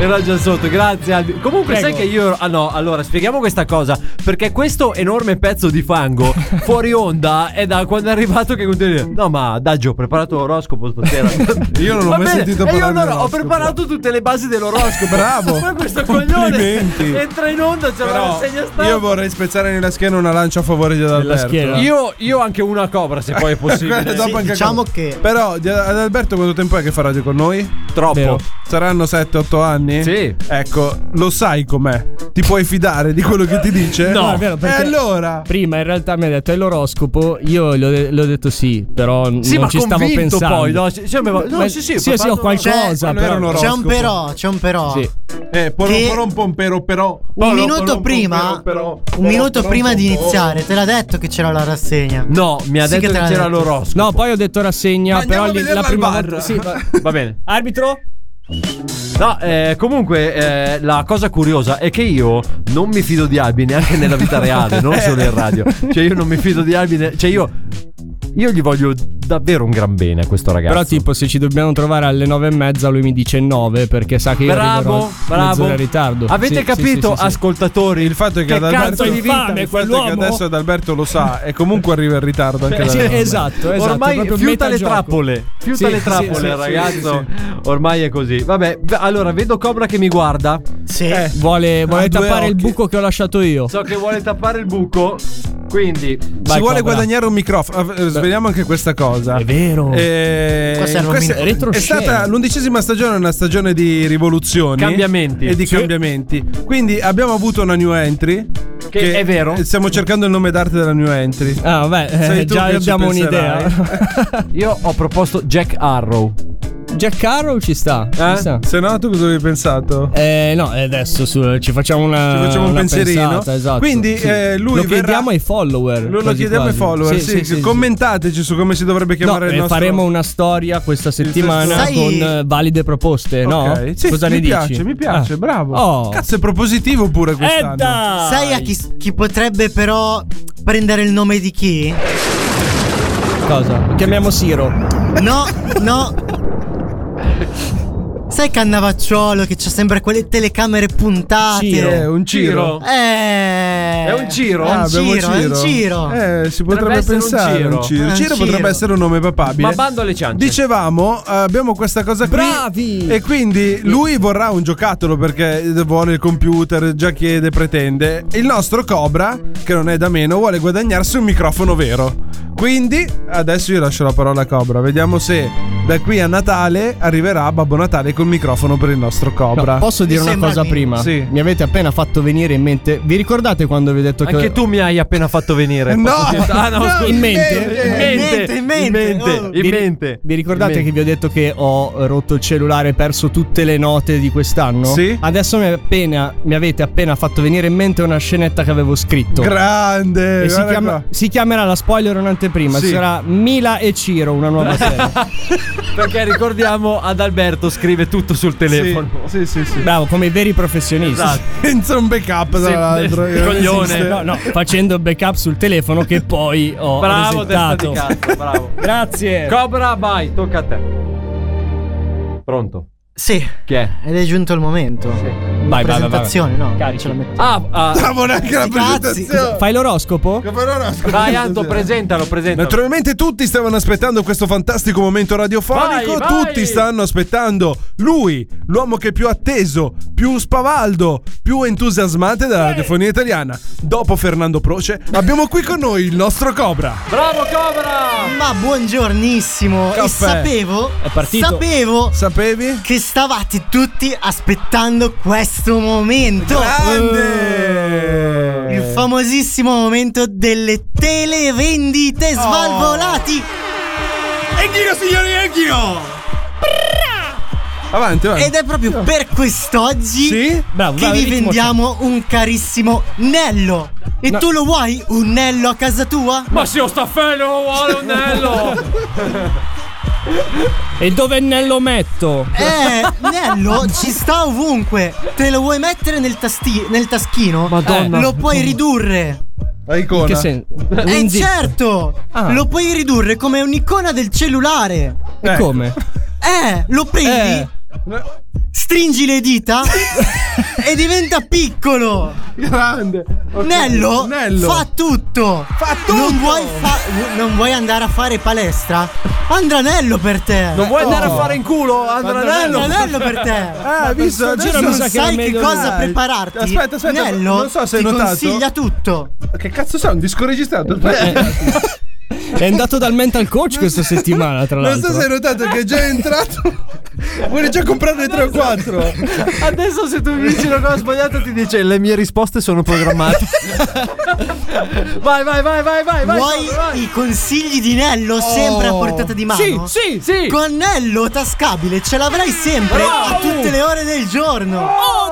era già sotto, grazie Albi. Comunque,
Prego.
sai che io. Ah, no, allora spieghiamo questa cosa. Perché questo enorme pezzo di fango fuori onda è da quando è arrivato che continua. No, ma Daggio, ho preparato l'oroscopo stasera.
Io non l'ho
Va
mai
bene,
sentito
e io
parlare
allora ho
dell'oroscopo.
preparato tutte le basi dell'oroscopo.
Bravo.
Poi questo coglione
Complimenti.
entra in onda, c'è la
Però
rassegna stampa.
io vorrei spezzare nella schiena una lancia a favore di Adalberto.
Io, io anche una cobra, se poi è possibile.
Quella dopo anche con- Però di- ad Alberto quanto tempo è che fa radio con noi?
Troppo. Vero.
Saranno 7-8 anni? Sì. Ecco, lo sai com'è. Ti puoi fidare di quello che ti dice?
No, è vero, perché
E allora?
Prima in realtà mi ha detto è l'oroscopo, io le ho, de- le ho detto sì, però n-
Sì,
non
ma
ci stavo
convinto
pensando.
poi, no? Sì, sì, aveva- no,
Ma-
sì, sì, ho
sì, sì,
fatto-
ho qualcosa,
Cioè,
però.
non era un
C'è un
oroscopo.
però, c'è un però.
Sì.
Eh, porom,
Che-
porom, pom, pero, però.
Un
Porom,
minuto
porom,
prima,
pom, pero, però.
un
Porom,
minuto
porom,
prima
pom,
di
pom.
iniziare, te l'ha detto che c'era la rassegna.
No, mi ha
Sì
detto
che
che,
te l'ha
c'era
detto.
l'oroscopo.
No, poi ho detto rassegna, però
Andiamo a
lì-
vederla
la
al
prima
bar.
volta- sì, va-
Va bene.
Arbitro?
No, eh, comunque eh, la cosa curiosa è che io non mi fido di Albi neanche nella vita reale, non solo in radio. Cioè io non mi fido di Albi, ne- cioè io io gli voglio davvero un gran bene a questo ragazzo.
Però tipo se ci dobbiamo trovare alle nove e mezza lui mi dice 9 perché sa che io
bravo,
arriverò
bravo.
mezz'ora in ritardo.
Avete
Sì, sì,
capito
sì, sì, sì.
ascoltatori?
Il fatto è che,
Che
Adalberto
cazzo di vita,
il fatto è che
quell'uomo?
adesso Adalberto lo sa e comunque arriva in ritardo anche da
Sì,
noi.
esatto, esatto.
Ormai
proprio
fiuta le
metagioco.
trappole. Fiuta
Sì,
le
sì,
trappole,
sì, sì,
ragazzo.
sì,
Ormai è così. Vabbè, v- allora vedo Cobra che mi guarda.
Sì.
sì. Eh, Vuole, vuole
Ha Ah, due
tappare il
occhi.
buco che ho lasciato io.
So che vuole tappare il buco. Quindi
si
Vai,
vuole
Cobra.
guadagnare un microfono. Eh, eh, Svegliamo anche questa cosa.
È vero.
Eh,
Questa era un
questa
min-
è
retroscena.
stata l'undicesima stagione, una stagione di rivoluzioni,
Cambiamenti.
e di
Sì.
cambiamenti. Quindi abbiamo avuto una new entry. Che,
è vero.
eh, Stiamo cercando il nome d'arte della new entry.
Ah, vabbè,
Sei
eh,
tu
già
che ci
abbiamo
penserai.
un'idea.
io ho proposto Jack Arrow.
Jack Harrow ci sta.
Eh?
Ci sta.
Se no, tu cosa avevi pensato?
Eh no, e adesso su- ci facciamo una
Ci facciamo un
una
pensierino.
Eh, pensata, esatto.
Quindi,
Sì.
eh, lui
lo
verrà-
chiediamo ai follower.
Lo, lo
quasi
chiediamo ai
quasi.
follower.
Sì, sì, sì, sì.
Commentateci su come si dovrebbe
No,
chiamare il
eh,
nostro.
faremo una storia questa settimana
Sai-
con eh, valide proposte, no?
Ok. Sì,
Cosa
mi
ne
piace,
dici?
Mi piace,
Ah.
bravo.
Oh.
Cazzo, è propositivo pure quest'anno.
dai!
Sai a chi, chi potrebbe però prendere il nome di chi?
cosa? Lo Chiamiamo Siro.
No, no. Sai Cannavacciolo che c'ha sempre quelle telecamere puntate?
Ciro.
È un Ciro.
Eh.
È un Ciro?
È
Ah,
un
abbiamo
Ciro, è un Ciro.
Eh, si potrebbe
Potrebbe essere un
pensare.
Ciro.
un Ciro.
Eh, un
Ciro potrebbe
Ciro.
essere un nome papabile.
Ma bando alle ciance.
Dicevamo, eh, abbiamo questa cosa qui.
Bravi!
E quindi lui vorrà un giocattolo perché vuole il computer, già chiede, pretende. Il nostro Cobra, che non è da meno, vuole guadagnarsi un microfono vero. Quindi adesso io lascio la parola a Cobra. Vediamo se da qui a Natale arriverà Babbo Natale col microfono per il nostro Cobra.
No, posso dire
Mi
una
sembra
cosa
che-
prima?
Sì.
Mi avete appena fatto venire in mente. Vi ricordate quando vi ho detto che
Anche tu mi hai appena fatto venire.
No!
Posso dire- ah, no,
No,
scusa.
in
mente.
in mente, in mente,
oh.
in mente.
Vi ricordate
In
che vi ho detto che ho rotto il cellulare e perso tutte le note di quest'anno?
Sì.
Adesso mi, è appena- mi avete appena fatto venire in mente una scenetta che avevo scritto.
Grande!
e si,
guarda
chiama-
qua.
si chiamerà la spoiler un'anteprima.
Sì.
Sarà Mila e Ciro, una nuova serie.
Perché ricordiamo ad Alberto scrive tutto sul telefono.
Sì, sì, sì.
Bravo, come i veri professionisti.
Esatto.
Senza un backup, tra
Sì,
l'altro.
eh,
che non
Coglione.
esiste.
No, no, facendo backup sul telefono che poi ho
Bravo, testa di
resettato.
cazzo, bravo.
Grazie.
Cobra, vai, tocca a te. Pronto?
Sì.
Chi è?
Ed è giunto il momento.
vai, vai.
presentazione, no?
Carichi.
Ce la metto.
Ah, ah.
Bravo, neanche la
Cazzi.
presentazione.
Fai l'oroscopo?
Vai, Anto, presentalo, presentalo.
Naturalmente tutti stavano aspettando questo fantastico momento radiofonico,
Vai, vai!
tutti stanno aspettando lui, l'uomo che più atteso, più spavaldo, più entusiasmante della radiofonia italiana. Dopo Fernando Proce abbiamo qui con noi il nostro Cobra.
Bravo Cobra!
Ma Ah, buongiornissimo!
Caffè.
E sapevo,
È partito.
sapevo
Sapevi?
che stavate tutti aspettando questo momento.
Grande!
Il
Eh.
famosissimo momento delle televendite
Oh.
svalvolati.
Anch'io signori, anch'io!
Avanti, avanti.
Ed è proprio per quest'oggi
Oh. Sì? Bravo,
che
bravo, ritmo,
vi
cioè.
vendiamo un carissimo Nello. E tu lo vuoi un Nello a casa tua?
Ma se lo staffello lo vuole un nello!
E dove ne lo metto?
Eh, Nello ci sta ovunque. Te lo vuoi mettere nel, tasti- nel taschino?
Madonna.
Lo puoi ridurre.
Icona.
Che sen-
Eh
Quindi-
certo!
Ah.
Lo puoi ridurre come un'icona del cellulare.
Eh.
E
Ecco.
come?
Eh, lo prendi,
Eh.
stringi le dita e diventa piccolo.
Grande. Ok.
Nello,
Nello.
fa tutto.
Fa
Non
tutto.
vuoi, fa- non vuoi andare a fare palestra? Andra Nello per te.
Non vuoi andare
Oh.
a fare in culo? Andrà
Andranello.
Nello!
Nello per te.
Ah, visto
questo
adesso
giro mi
Non
sa
non
che
sai
è
che,
meglio-
cosa
Dai.
prepararti.
Aspetta, aspetta,
Nello
non so se hai
ti
notato.
consiglia tutto.
Che cazzo sei? Un disco registrato?
Eh,
È andato dal mental coach questa settimana, tra
Non
l'altro.
so se hai notato che è già entrato. Vuole già comprarne 3 o 4.
Adesso se tu mi dici una cosa sbagliata ti dice le mie risposte sono programmate. vai, vai, vai, vai, vai, vai.
Vuoi i consigli di Nello sempre a portata di mano?
Sì, sì, sì.
Con Nello tascabile ce l'avrai sempre
Bravo!
a tutte le ore del giorno.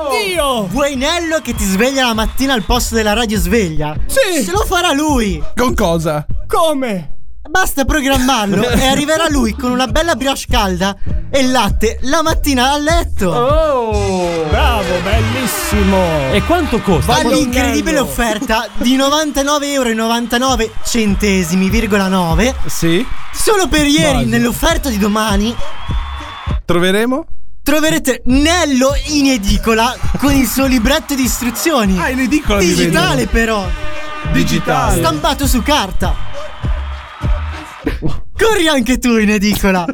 Oddio!
Vuoi Nello che ti sveglia la mattina al posto della radio sveglia?
Sì.
Se lo farà lui.
Con cosa?
Come?
Basta programmarlo e arriverà lui con una bella brioche calda e il latte la mattina a letto.
Oh!
Bravo, bellissimo!
E quanto costa?
Vale
Madonnello.
l'incredibile offerta di 99,99 centesimi, virgola 9.
Sì.
Solo per ieri,
Quasi.
nell'offerta di domani,
Troveremo?
troverete Nello in edicola con il suo libretto di istruzioni.
Ah, in edicola mi
Digitale però,
vedo. Digitale.
stampato su carta. Corri anche tu in edicola.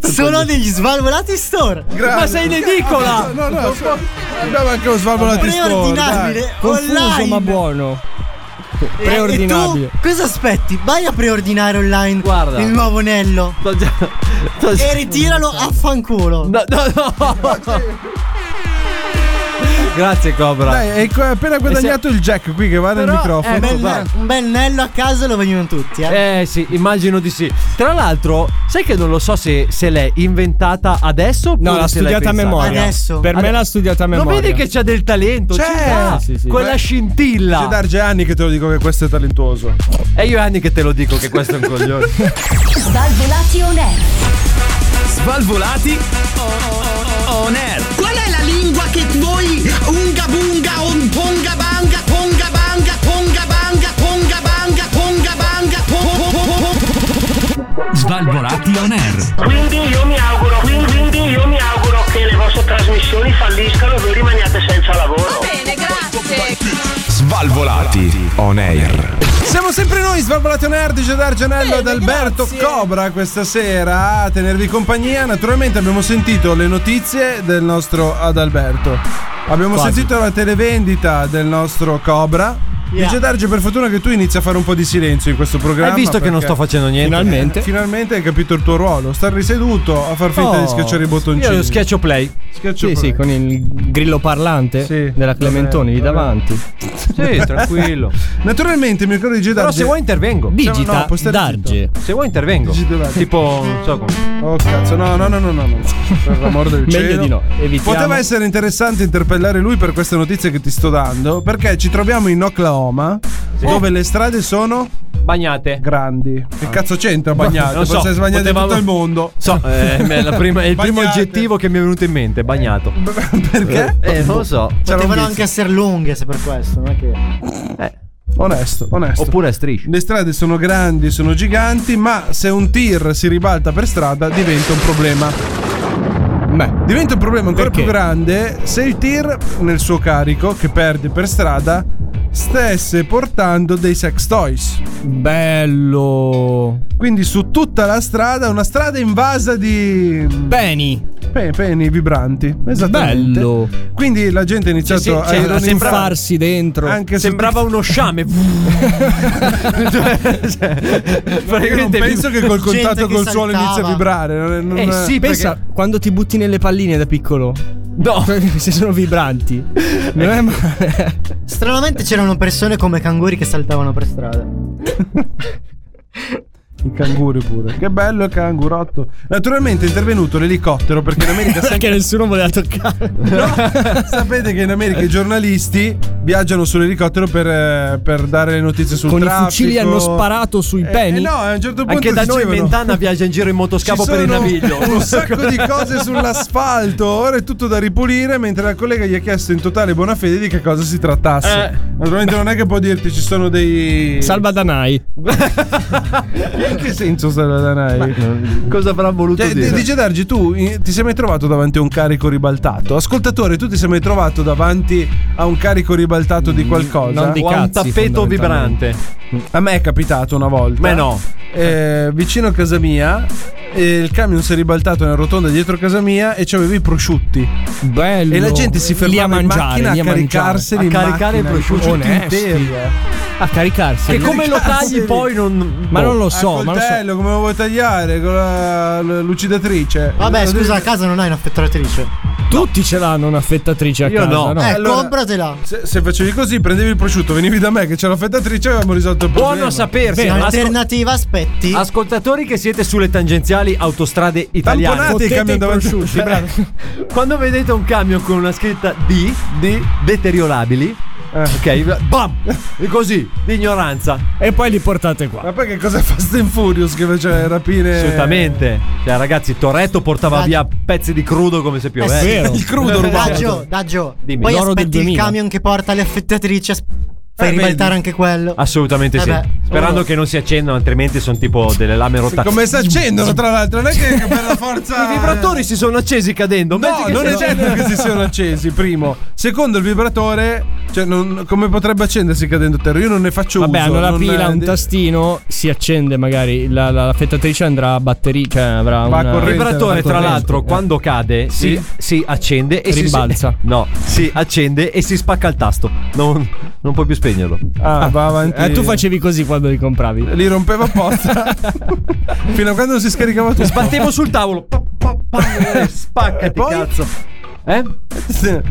Sono negli Svalvolati Store.
Grande.
Ma sei in edicola!
No, no, so- abbiamo anche lo svalvolati
Preordinabile
Confuso
online.
ma buono.
E-
Preordinabile.
E tu cosa aspetti? Vai a preordinare online
Guarda.
il nuovo Nello.
Sto già. Sto già.
E ritiralo a fanculo.
No, no, no. Grazie Cobra.
Dai, hai co- appena guadagnato il jack qui che va nel
Però,
microfono.
Un
eh,
bel,
Ecco, vai.
un bel Nello a casa lo vogliono tutti, eh.
Eh sì, immagino di sì. Tra l'altro, sai che non lo so se, se l'è inventata adesso oppure
No, l'ha
se l'hai
studiata a
pensata.
memoria.
Adesso.
Per me
Ade-
l'ha studiata a
Non
memoria.
vedi che c'ha del talento?
C'è.
Ci sta.
Sì, sì.
Quella
Beh,
scintilla.
C'è Darge anni che te lo dico che questo è talentuoso.
E io e anni che te lo dico che questo è un coglione.
Svalvolati on air.
Svalvolati o- o- on air.
Qual è la lingua che voi unga bunga un ponga banga ponga banga ponga banga ponga banga ponga banga po- po- po- po-
Svalvolati on air.
Quindi io mi auguro, quindi, quindi io mi auguro che le vostre trasmissioni falliscano e voi rimaniate senza lavoro.
Svalvolati on air.
Siamo sempre noi, Svalvolati on Air, DJ D'Argenello ed Alberto Cobra questa sera a tenervi compagnia. Naturalmente abbiamo sentito le notizie del nostro Adalberto. Abbiamo sentito la televendita del nostro Cobra.
Yeah.
DJ Darge, per fortuna che tu inizi a fare un po' di silenzio in questo programma.
Hai visto che non sto
perché
facendo niente?
Finalmente.
Finalmente hai capito il tuo ruolo. Star riseduto a far finta
Oh,
di schiacciare i
Io
bottoncini.
lo schiaccio play.
Schiaccio
Sì, sì,
play.
con il grillo parlante
Sì,
della
vabbè,
Clementoni lì
vabbè.
davanti.
Sì, tranquillo.
Naturalmente, mio caro DJ Darge.
Però se vuoi intervengo.
Digita
no, puoi stare
Darge.
Se vuoi intervengo.
Digitale.
Tipo, non so come.
Oh cazzo, no, no, no, no, no, no. Per l'amor del
Meglio
cielo.
di no, evitiamo.
Poteva essere interessante interpellare lui per queste notizie che ti sto dando, perché ci troviamo in Oklahoma, dove le strade sono
Bagnate.
Grandi. Che cazzo c'entra bagnate?
Ah. Non so,
Forse sbagliate
potevamo-
tutto il mondo.
So, eh, è la prima- è il primo aggettivo che mi è venuto in mente, bagnato. Perché? Eh, non lo so.
Potevano anche essere lunghe se per questo, non è che.
Onesto, onesto.
Oppure strisce.
Le strade sono grandi, sono giganti, ma se un tir si ribalta per strada diventa un problema. Beh, diventa un problema ancora più grande se il tir nel suo carico che perde per strada stesse portando dei sex toys.
Bello.
Quindi su tutta la strada, una strada invasa di
peni.
peni vibranti. Esattamente.
Bello.
Quindi la gente ha iniziato
Cioè, sì,
a
cioè,
ironizzare-
tuffarsi dentro.
Anche
Sembrava uno sciame.
Cioè, non penso che col contatto col suolo inizia a vibrare. Non è- non
eh
è-
sì, pensa quando ti butti nelle palline da piccolo.
No,
se sono vibranti. Non è male.
Stranamente c'erano persone come canguri che saltavano per strada.
Il canguro pure. Che bello il cangurotto. Naturalmente è intervenuto l'elicottero perché in America
Perché nessuno voleva toccare.
sapete che in America i giornalisti viaggiano sull'elicottero per, eh, per dare le notizie sul
Con i
traffico.
fucili hanno sparato sui
Eh,
peni.
eh no, a un certo punto
Anche da noi
dicevano-
Mentana viaggia in giro in motoscafo
Ci
per il
sono
naviglio.
Un sacco di cose sull'asfalto. Ora è tutto da ripulire. Mentre la collega gli ha chiesto in totale buona fede di che cosa si trattasse.
Eh.
Naturalmente non è che può dirti ci sono dei.
Salva Danai.
In che senso Salva Danai?
Cosa avrà voluto
Cioè,
dire?
d- Dice Dargi, tu eh, ti sei mai trovato davanti a un carico ribaltato? Ascoltatore, tu ti sei mai trovato davanti a un carico ribaltato
Mm,
di qualcosa?
non di
O a un
cazzi,
tappeto
fondamentalmente.
vibrante? A me è capitato una volta.
Beh, no.
Eh, vicino a casa mia, eh, il camion si è ribaltato nella rotonda dietro casa mia e c'avevo i prosciutti.
Bello.
E la gente si
Lì
fermava
a
in
mangiare,
macchina
lì
a
a mangiare.
caricarseli
A
in
caricare
macchina,
i prosciutti
onesti.
interi, A caricarsi.
Che come lo tagli poi non.
Ma
boh.
non lo so,
Al
ma lo so.
coltello, come lo vuoi tagliare con la l- lucidatrice?
Vabbè,
Lo-
scusa, a casa non hai un'affettatrice.
Tutti ce l'hanno un'affettatrice a
Io
casa,
no.
no?
Eh,
Allora-
compratela.
Se, se facevi così, prendevi il prosciutto, venivi da me che c'è l'affettatrice e avevamo risolto il problema.
Buono sapersi.
Vero,
Asco-
Alternativa, aspetti.
Ascoltatori che siete sulle tangenziali autostrade italiane.
Tamponate i camion
Potete-
davanti a tutti, bravo.
Quando vedete un camion con una scritta D di deteriorabili,
Eh.
ok, bam! E così, di ignoranza.
E poi li portate qua.
Ma poi che cosa fa Fast and Furious che faceva rapine?
Assolutamente. Cioè, ragazzi, Toretto portava via pezzi di crudo come se
Eh,
piovesse.
Il Daggio, daggio.
Dimmi.
Poi
L'oro del
aspetti il
2000.
camion che porta le affettatrici. as- Fai
Eh,
ribaltare
vedi.
anche quello.
Assolutamente
Eh
sì.
beh.
Sperando che non si accendano, altrimenti sono tipo delle lame rotate.
Come si accendono, tra l'altro? Non è che per la forza.
I vibratori si sono accesi cadendo.
No, non è detto che si siano accesi, primo. Secondo il vibratore, cioè non- come potrebbe accendersi cadendo a terra? Io non ne faccio
Vabbè,
uso.
hanno la
non-
pila, un tastino, si accende magari. La, la, l'affettatrice andrà a batteria, cioè avrà
Il
una.
vibratore, tra l'altro, quando cade si,
Sì.
si accende e si-
Rimbalza.
no, si accende e si spacca il tasto. Non, non puoi più spegnerlo.
Ah, va avanti.
Eh, tu facevi così quando li compravi.
Li rompeva apposta. Fino a quando non si scaricava tutto.
Sbattevo sul tavolo. Pa, pa, pa, eh, Spaccati, cazzo. Eh?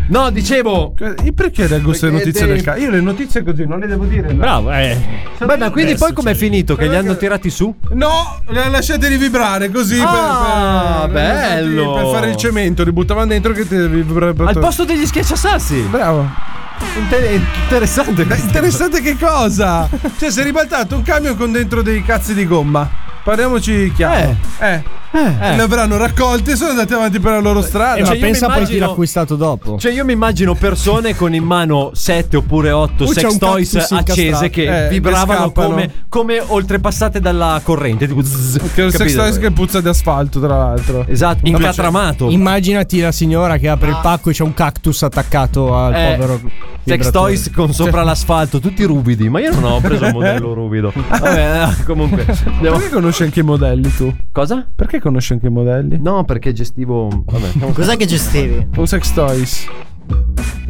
No, dicevo.
E perché era il gusto delle notizie del cazzo? Io le notizie così non le devo dire. no.
Bravo, eh.
Beh, ma quindi poi com'è finito? Che li hanno tirati su?
No, la- lasciateli vibrare così per-
Ah,
per,
bello.
per fare il cemento, li buttavano dentro che ti vibrerebbe.
Al posto degli schiacciasassi.
Bravo.
Inter- interessante.
Beh, Eh, interessante che cosa? cioè, si è ribaltato un camion con dentro dei cazzi di gomma. Parliamoci chiaro. Eh. eh. Ne avranno raccolti e sono andati avanti per la loro strada.
Eh, ma
Cioè, io
pensa poi
mi
chi
immagino-
l'ha acquistato dopo.
Cioè, io mi immagino persone con in mano 7 oppure 8
Poi c'è
sex
un
toys
cactus
accese
incastrato.
che
Eh, che
vibravano
scappano.
come, come oltrepassate dalla corrente. Tipo, zzz,
che è un sex
capito?
toys che puzza di asfalto, tra l'altro.
Esatto, incatramato.
Immaginati la signora che
Ah.
apre il pacco e c'è un cactus attaccato al
Eh,
povero.
Sex
vibratore.
toys con sopra l'asfalto, tutti ruvidi. Ma io non ho preso un modello ruvido. Vabbè, eh, comunque. devo-
Perché conosci anche i modelli tu?
Cosa?
Perché conosci anche i modelli?
No, perché gestivo. Vabbè, stiamo-
Cos'è che gestivi?
Un sex toys.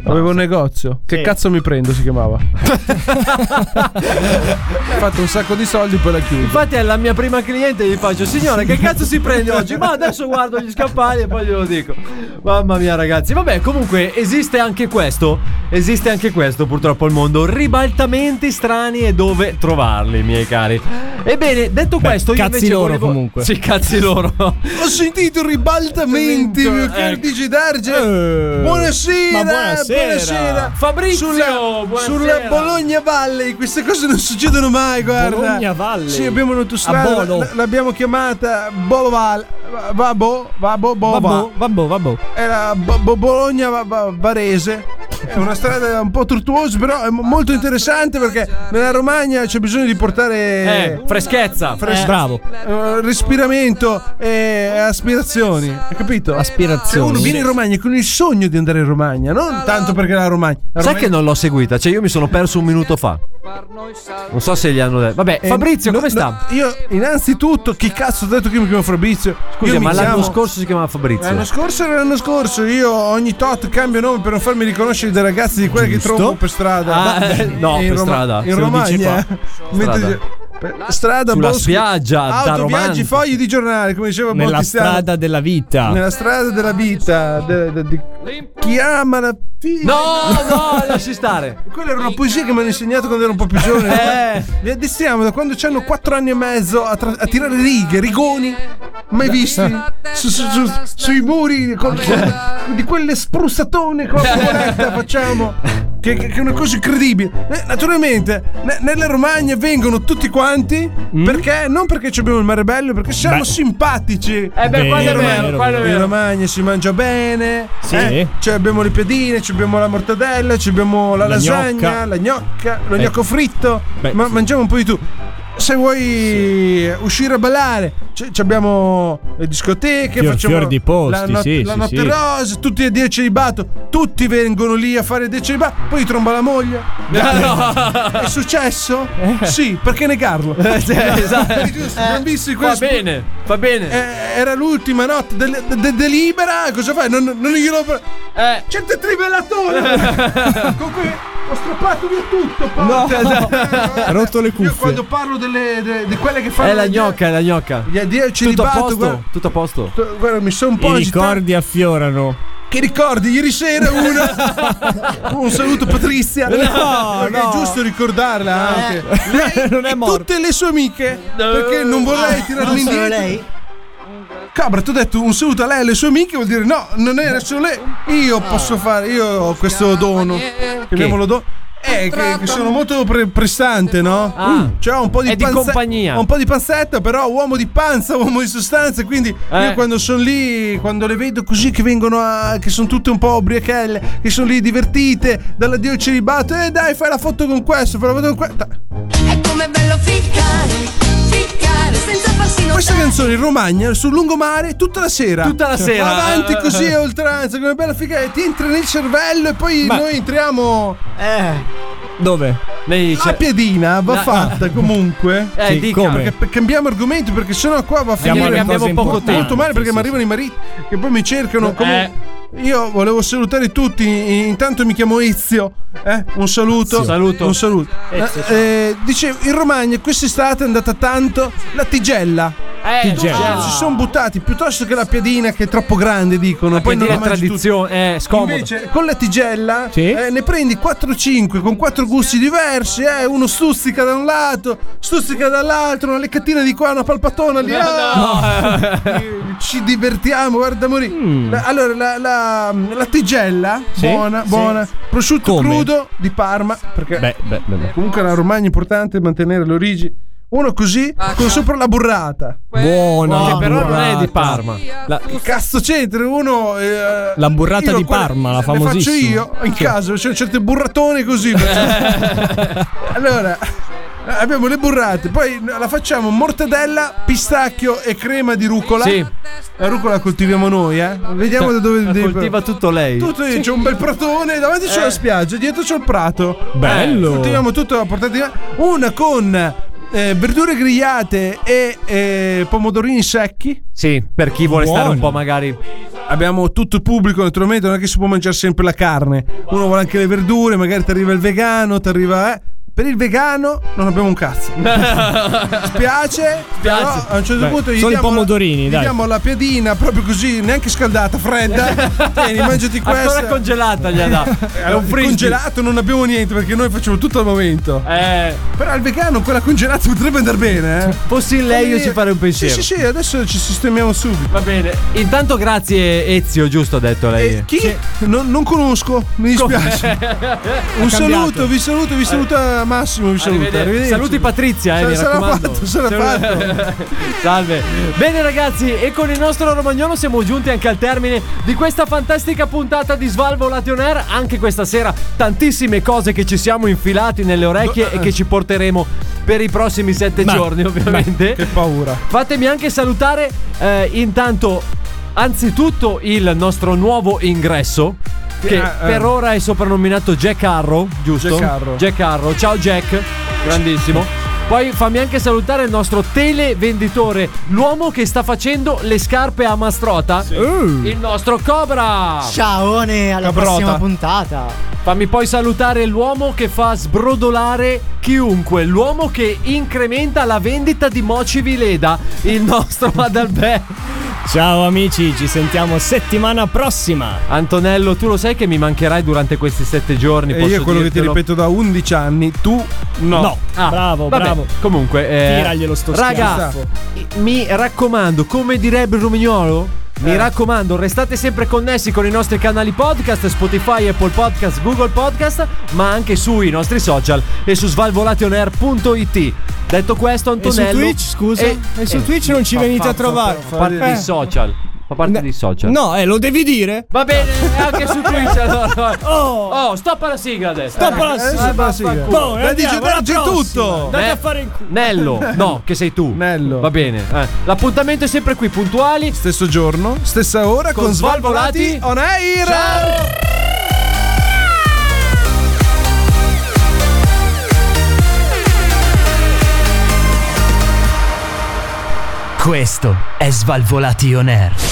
Avevo un negozio. Che
Sì.
cazzo mi prendo? Si chiamava. Ho fatto un sacco di soldi, poi la chiudo.
Infatti alla mia prima cliente gli faccio Signore che cazzo si prende oggi? Ma adesso guardo gli scaffali e poi glielo dico Mamma mia ragazzi Vabbè comunque esiste anche questo Esiste anche questo purtroppo al mondo Ribaltamenti strani e dove trovarli miei cari Ebbene detto questo io
cazzi
invece
loro,
volevo-
comunque.
Sì cazzi loro
Ho sentito ribaltamenti, mio caro Digidarge.
Eh.
Buonasera,
Ma buonasera.
buonasera.
Fabrizio,
sulla,
buonasera.
sulla Bologna Valley. Queste cose non succedono mai, guarda.
Bologna Valley.
Sì, abbiamo
A
un'autostrada.
Bolo.
l- L'abbiamo chiamata Bolo Valley. Babbo, babbo,
Vabbò,
babbo.
vabbò, vabbò.
Era Bo- Bo- Bologna Va- Va- Varese. È una strada un po' tortuosa, però è mo- molto interessante perché nella Romagna c'è bisogno di portare
Eh, freschezza.
Fres-
bravo.
eh, respiramento e aspirazioni. Hai capito?
Aspirazioni.
Cioè, uno viene in Romagna con il sogno di andare in Romagna, non tanto perché la Romagna. la
Sai
Romagna-
che non l'ho seguita? Cioè, io mi sono perso un minuto fa. Non so se gli hanno detto. Vabbè,
Eh,
Fabrizio,
no,
come sta?
no, io, innanzitutto, chi cazzo ha detto che mi chiamo Fabrizio?
Scusa,
Io mi
ma l'anno
chiamo-
scorso si chiamava Fabrizio.
L'anno scorso era l'anno scorso, io ogni tot cambio nome per non farmi riconoscere dai ragazzi di quelle
Giusto.
che trovo per strada.
Ah,
Ma-
eh, no,
in
per
Roma-
strada,
In
se lo dici
Romagna.
qua.
Mentre-
Strada.
per- strada,
Sulla
boschi,
spiaggia, da
auto, viaggi,
romantico.
fogli di giornale, come diceva
Nella
Battistiano.
strada della vita.
Nella strada della vita. de- de- di- chi ama la figlia.
No, no, lasci stare.
Quella era una poesia che mi hanno insegnato quando ero un po' più giovane.
Eh.
Li addestriamo da quando hanno 4 anni e mezzo a, tra- a tirare righe, rigoni, mai visti, su- su- su- sui muri, con, con- di quelle spruzzatone con la poveretta facciamo. Che, che- che è una cosa incredibile. Eh, Naturalmente, ne- nelle Romagne vengono tutti quanti perché non perché ci abbiamo il mare bello, perché siamo
Mm. Beh.
simpatici.
Eh beh, quello è Vero, vero, vero. quello è
In
vero.
Romagna si mangia bene.
Sì.
eh, cioè abbiamo le piadine, ci abbiamo la mortadella, ci abbiamo la,
La
lasagna,
gnocca.
la gnocca, lo
Eh.
gnocco fritto.
Beh,
ma
sì.
mangiamo un po' di tu. Se vuoi uscire a ballare, c- ci abbiamo le discoteche,
Fior-
facciamo
fior di posti,
la, not-
sì,
la
sì,
notte
sì.
rosa, tutti a 10 di bato, tutti vengono lì a fare 10 di bato, poi tromba la moglie. È successo?
Eh.
Sì, perché negarlo?
Cioè, esatto.
Non
Eh,
visto
Va
questo-
bene, va bene.
eh, era l'ultima notte del- de- de- delibera. Cosa fai? Non, non glielo.
Eh.
C'è il tribelatore con cui ho strappato via tutto. porca.
Ha rotto le
Io
cuffie.
quando parlo delle, de- di quelle che fanno.
È la gnocca, è Cioè, la gnocca.
Gli addieci di
Tutto a
Bato,
posto?
guarda.
Tutto a posto.
Guarda, mi sono un po'
I
agitato.
ricordi affiorano.
Che ricordi? Ieri sera una. un saluto, Patrizia.
No,
Perché
no.
È giusto ricordarla anche.
non è
Eh. E
morto.
tutte le sue amiche. Perché Ah, non vorrei tirarle
non solo
indietro.
lei?
Cabra, tu hai detto un saluto a lei e alle sue amiche, vuol dire no, non era solo lei. Io posso fare, io ho questo dono. Chiamiamolo dono. Eh, che, che sono molto pre- prestante, no?
Ah.
Cioè, ho un po' di
È di
panze-
compagnia.
ho Un po' di panzetta, però uomo di panza, uomo di sostanza. Quindi
Eh.
io quando sono lì, quando le vedo così che vengono a. che sono tutte un po' ubriachelle, che sono lì divertite, dall'addio al celibato, eh dai, fai la foto con questo, fai la foto con questo.
È come bello ficcare, ficcare senza farsi notare.
Questa canzone in Romagna, sul lungomare, tutta la sera. Cioè,
Tutta la sera.
Avanti
Eh.
così a oltranza, come bella figa, e ti entra nel cervello e poi
Ma-
noi entriamo. Eh.
Dove?
Lei
La
dice.
piadina va
Cioè La- Ah.
fatta comunque.
Eh,
Sì,
dica.
come?
Perché- Ah, perché cambiamo argomento perché sennò qua va a
Siamo
finire
alle
abbiamo
cose
poco
importanti,
molto male perché
sì,
mi arrivano i mariti che poi mi cercano comunque io volevo salutare tutti intanto mi chiamo Ezio eh? un saluto
Ezio. Saluto.
un saluto
Ezio,
Eh,
ciao.
eh, dicevo in Romagna quest'estate è andata tanto la tigella
Eh,
Tigella.
già.
si sono buttati piuttosto che la piadina che è troppo grande dicono
Poi non è
la mangi tutti.
tradizione. È scomodo.
Invece con la tigella
Sì.
eh, ne prendi 4-5 con 4 gusti diversi, eh, uno stuzzica da un lato, stuzzica dall'altro, una leccatina di qua, una palpatona di là. Eh, Ci divertiamo, guarda morì. La- Allora, la, la, la tigella,
Mm. Sì,
buona,
sì.
buona, prosciutto
Come?
crudo di Parma, perché
Beh, beh, beh. beh.
comunque la Romagna è importante mantenere le origini. Uno così, con sopra la burrata.
Buona.
Che
la
però non è
burrata.
di Parma.
La-
Che cazzo c'entra? Uno. eh,
La burrata
io
di
quella-
Parma, la
le faccio
famosissima.
io in casa, c'è certe burratone così. allora. Abbiamo le burrate, poi la facciamo mortadella, pistacchio e crema di rucola.
Sì.
La rucola la coltiviamo noi, eh. Vediamo da dove
La coltiva tutto lei.
tutto lì, c'è un bel pratone, davanti c'è la spiaggia, dietro c'è il prato.
Eh.
Eh,
Bello.
Coltiviamo tutto a portata di mano. Una con eh, verdure grigliate e eh, pomodorini secchi.
Sì, per chi vuole stare un
Buono.
po' magari.
Abbiamo tutto il pubblico, naturalmente, non è che si può mangiare sempre la carne. Uno vuole anche le verdure, magari ti arriva il vegano, ti arriva. eh. Per il vegano non abbiamo un cazzo. Spiace, però a un certo
Beh,
punto gli
sono i
diamo,
pomodorini,
gli
dai.
diamo la piadina proprio così, neanche scaldata, fredda. Tieni, mangiati
Ancora
questa.
congelata gli ha dato. È un frisbee.
Congelato non abbiamo niente perché noi facciamo tutto al momento.
Eh,
Però al vegano quella congelata potrebbe andare bene, eh.
Fossi in lei io ci farei un pensiero.
Sì, sì, sì, adesso ci sistemiamo subito.
Va bene. Intanto grazie Ezio, giusto ha detto lei.
Chi? Non, non conosco, mi dispiace. Un saluto, vi saluto, vi saluta Massimo, vi saluta. Eh. Arrivederci.
Saluti Patrizia, eh, mi
Cioè, Sarà
raccomando.
fatto, sarà
Sarà- Salve. Bene ragazzi, e con il nostro romagnolo siamo giunti anche al termine di questa fantastica puntata di Svalvo Lation Air. Anche questa sera tantissime cose che ci siamo infilati nelle orecchie e che ci porteremo per i prossimi sette giorni, ovviamente.
Che paura.
Fatemi anche salutare eh, intanto, anzitutto, il nostro nuovo ingresso. Che
Eh, eh.
per ora è soprannominato Jack Arrow, giusto?
Jack Arrow.
Jack Arrow. Ciao Jack, grandissimo. Poi fammi anche salutare il nostro televenditore, l'uomo che sta facendo le scarpe a Mastrota, il nostro Cobra.
Ciaone, alla
Cabrota.
prossima puntata.
Fammi poi salutare l'uomo che fa sbrodolare chiunque, l'uomo che incrementa la vendita di Moci Vileda, il nostro Adalbè.
Ciao amici, ci sentiamo settimana prossima.
Antonello, tu lo sai che mi mancherai durante questi sette giorni.
E Eh, io quello che ti ripeto da 11 anni, tu no.
No. Ah,
bravo,
vabbè.
bravo.
Comunque, eh,
Tiraglielo sto
raga,
schiaffo.
mi raccomando, come direbbe il romignolo? Mi raccomando, restate sempre connessi con i nostri canali podcast, Spotify, Apple Podcast, Google Podcast, ma anche sui nostri social e su svalvolationair.it. Detto questo, Antonello.
Twitch, scusa? E su Twitch non ci
fa
venite a
parte-
trovare.
Fa parte
Eh.
di social. Fa parte di social.
No, eh, lo devi dire.
Va bene, anche su Twitch allora. Oh, stop alla sigla adesso.
Stop alla
Eh,
sigla.
vaffanculo.
Boh, e
Eh,
andiamo, alla prossima. Andate
Ne-
a fare in culo.
Nello, no, che sei tu. Nello. Va bene. eh. L'appuntamento è sempre qui, puntuali.
Stesso giorno, stessa ora con,
Con
Svalvolati
Svalvolati
on air.
Questo è Svalvolation Air.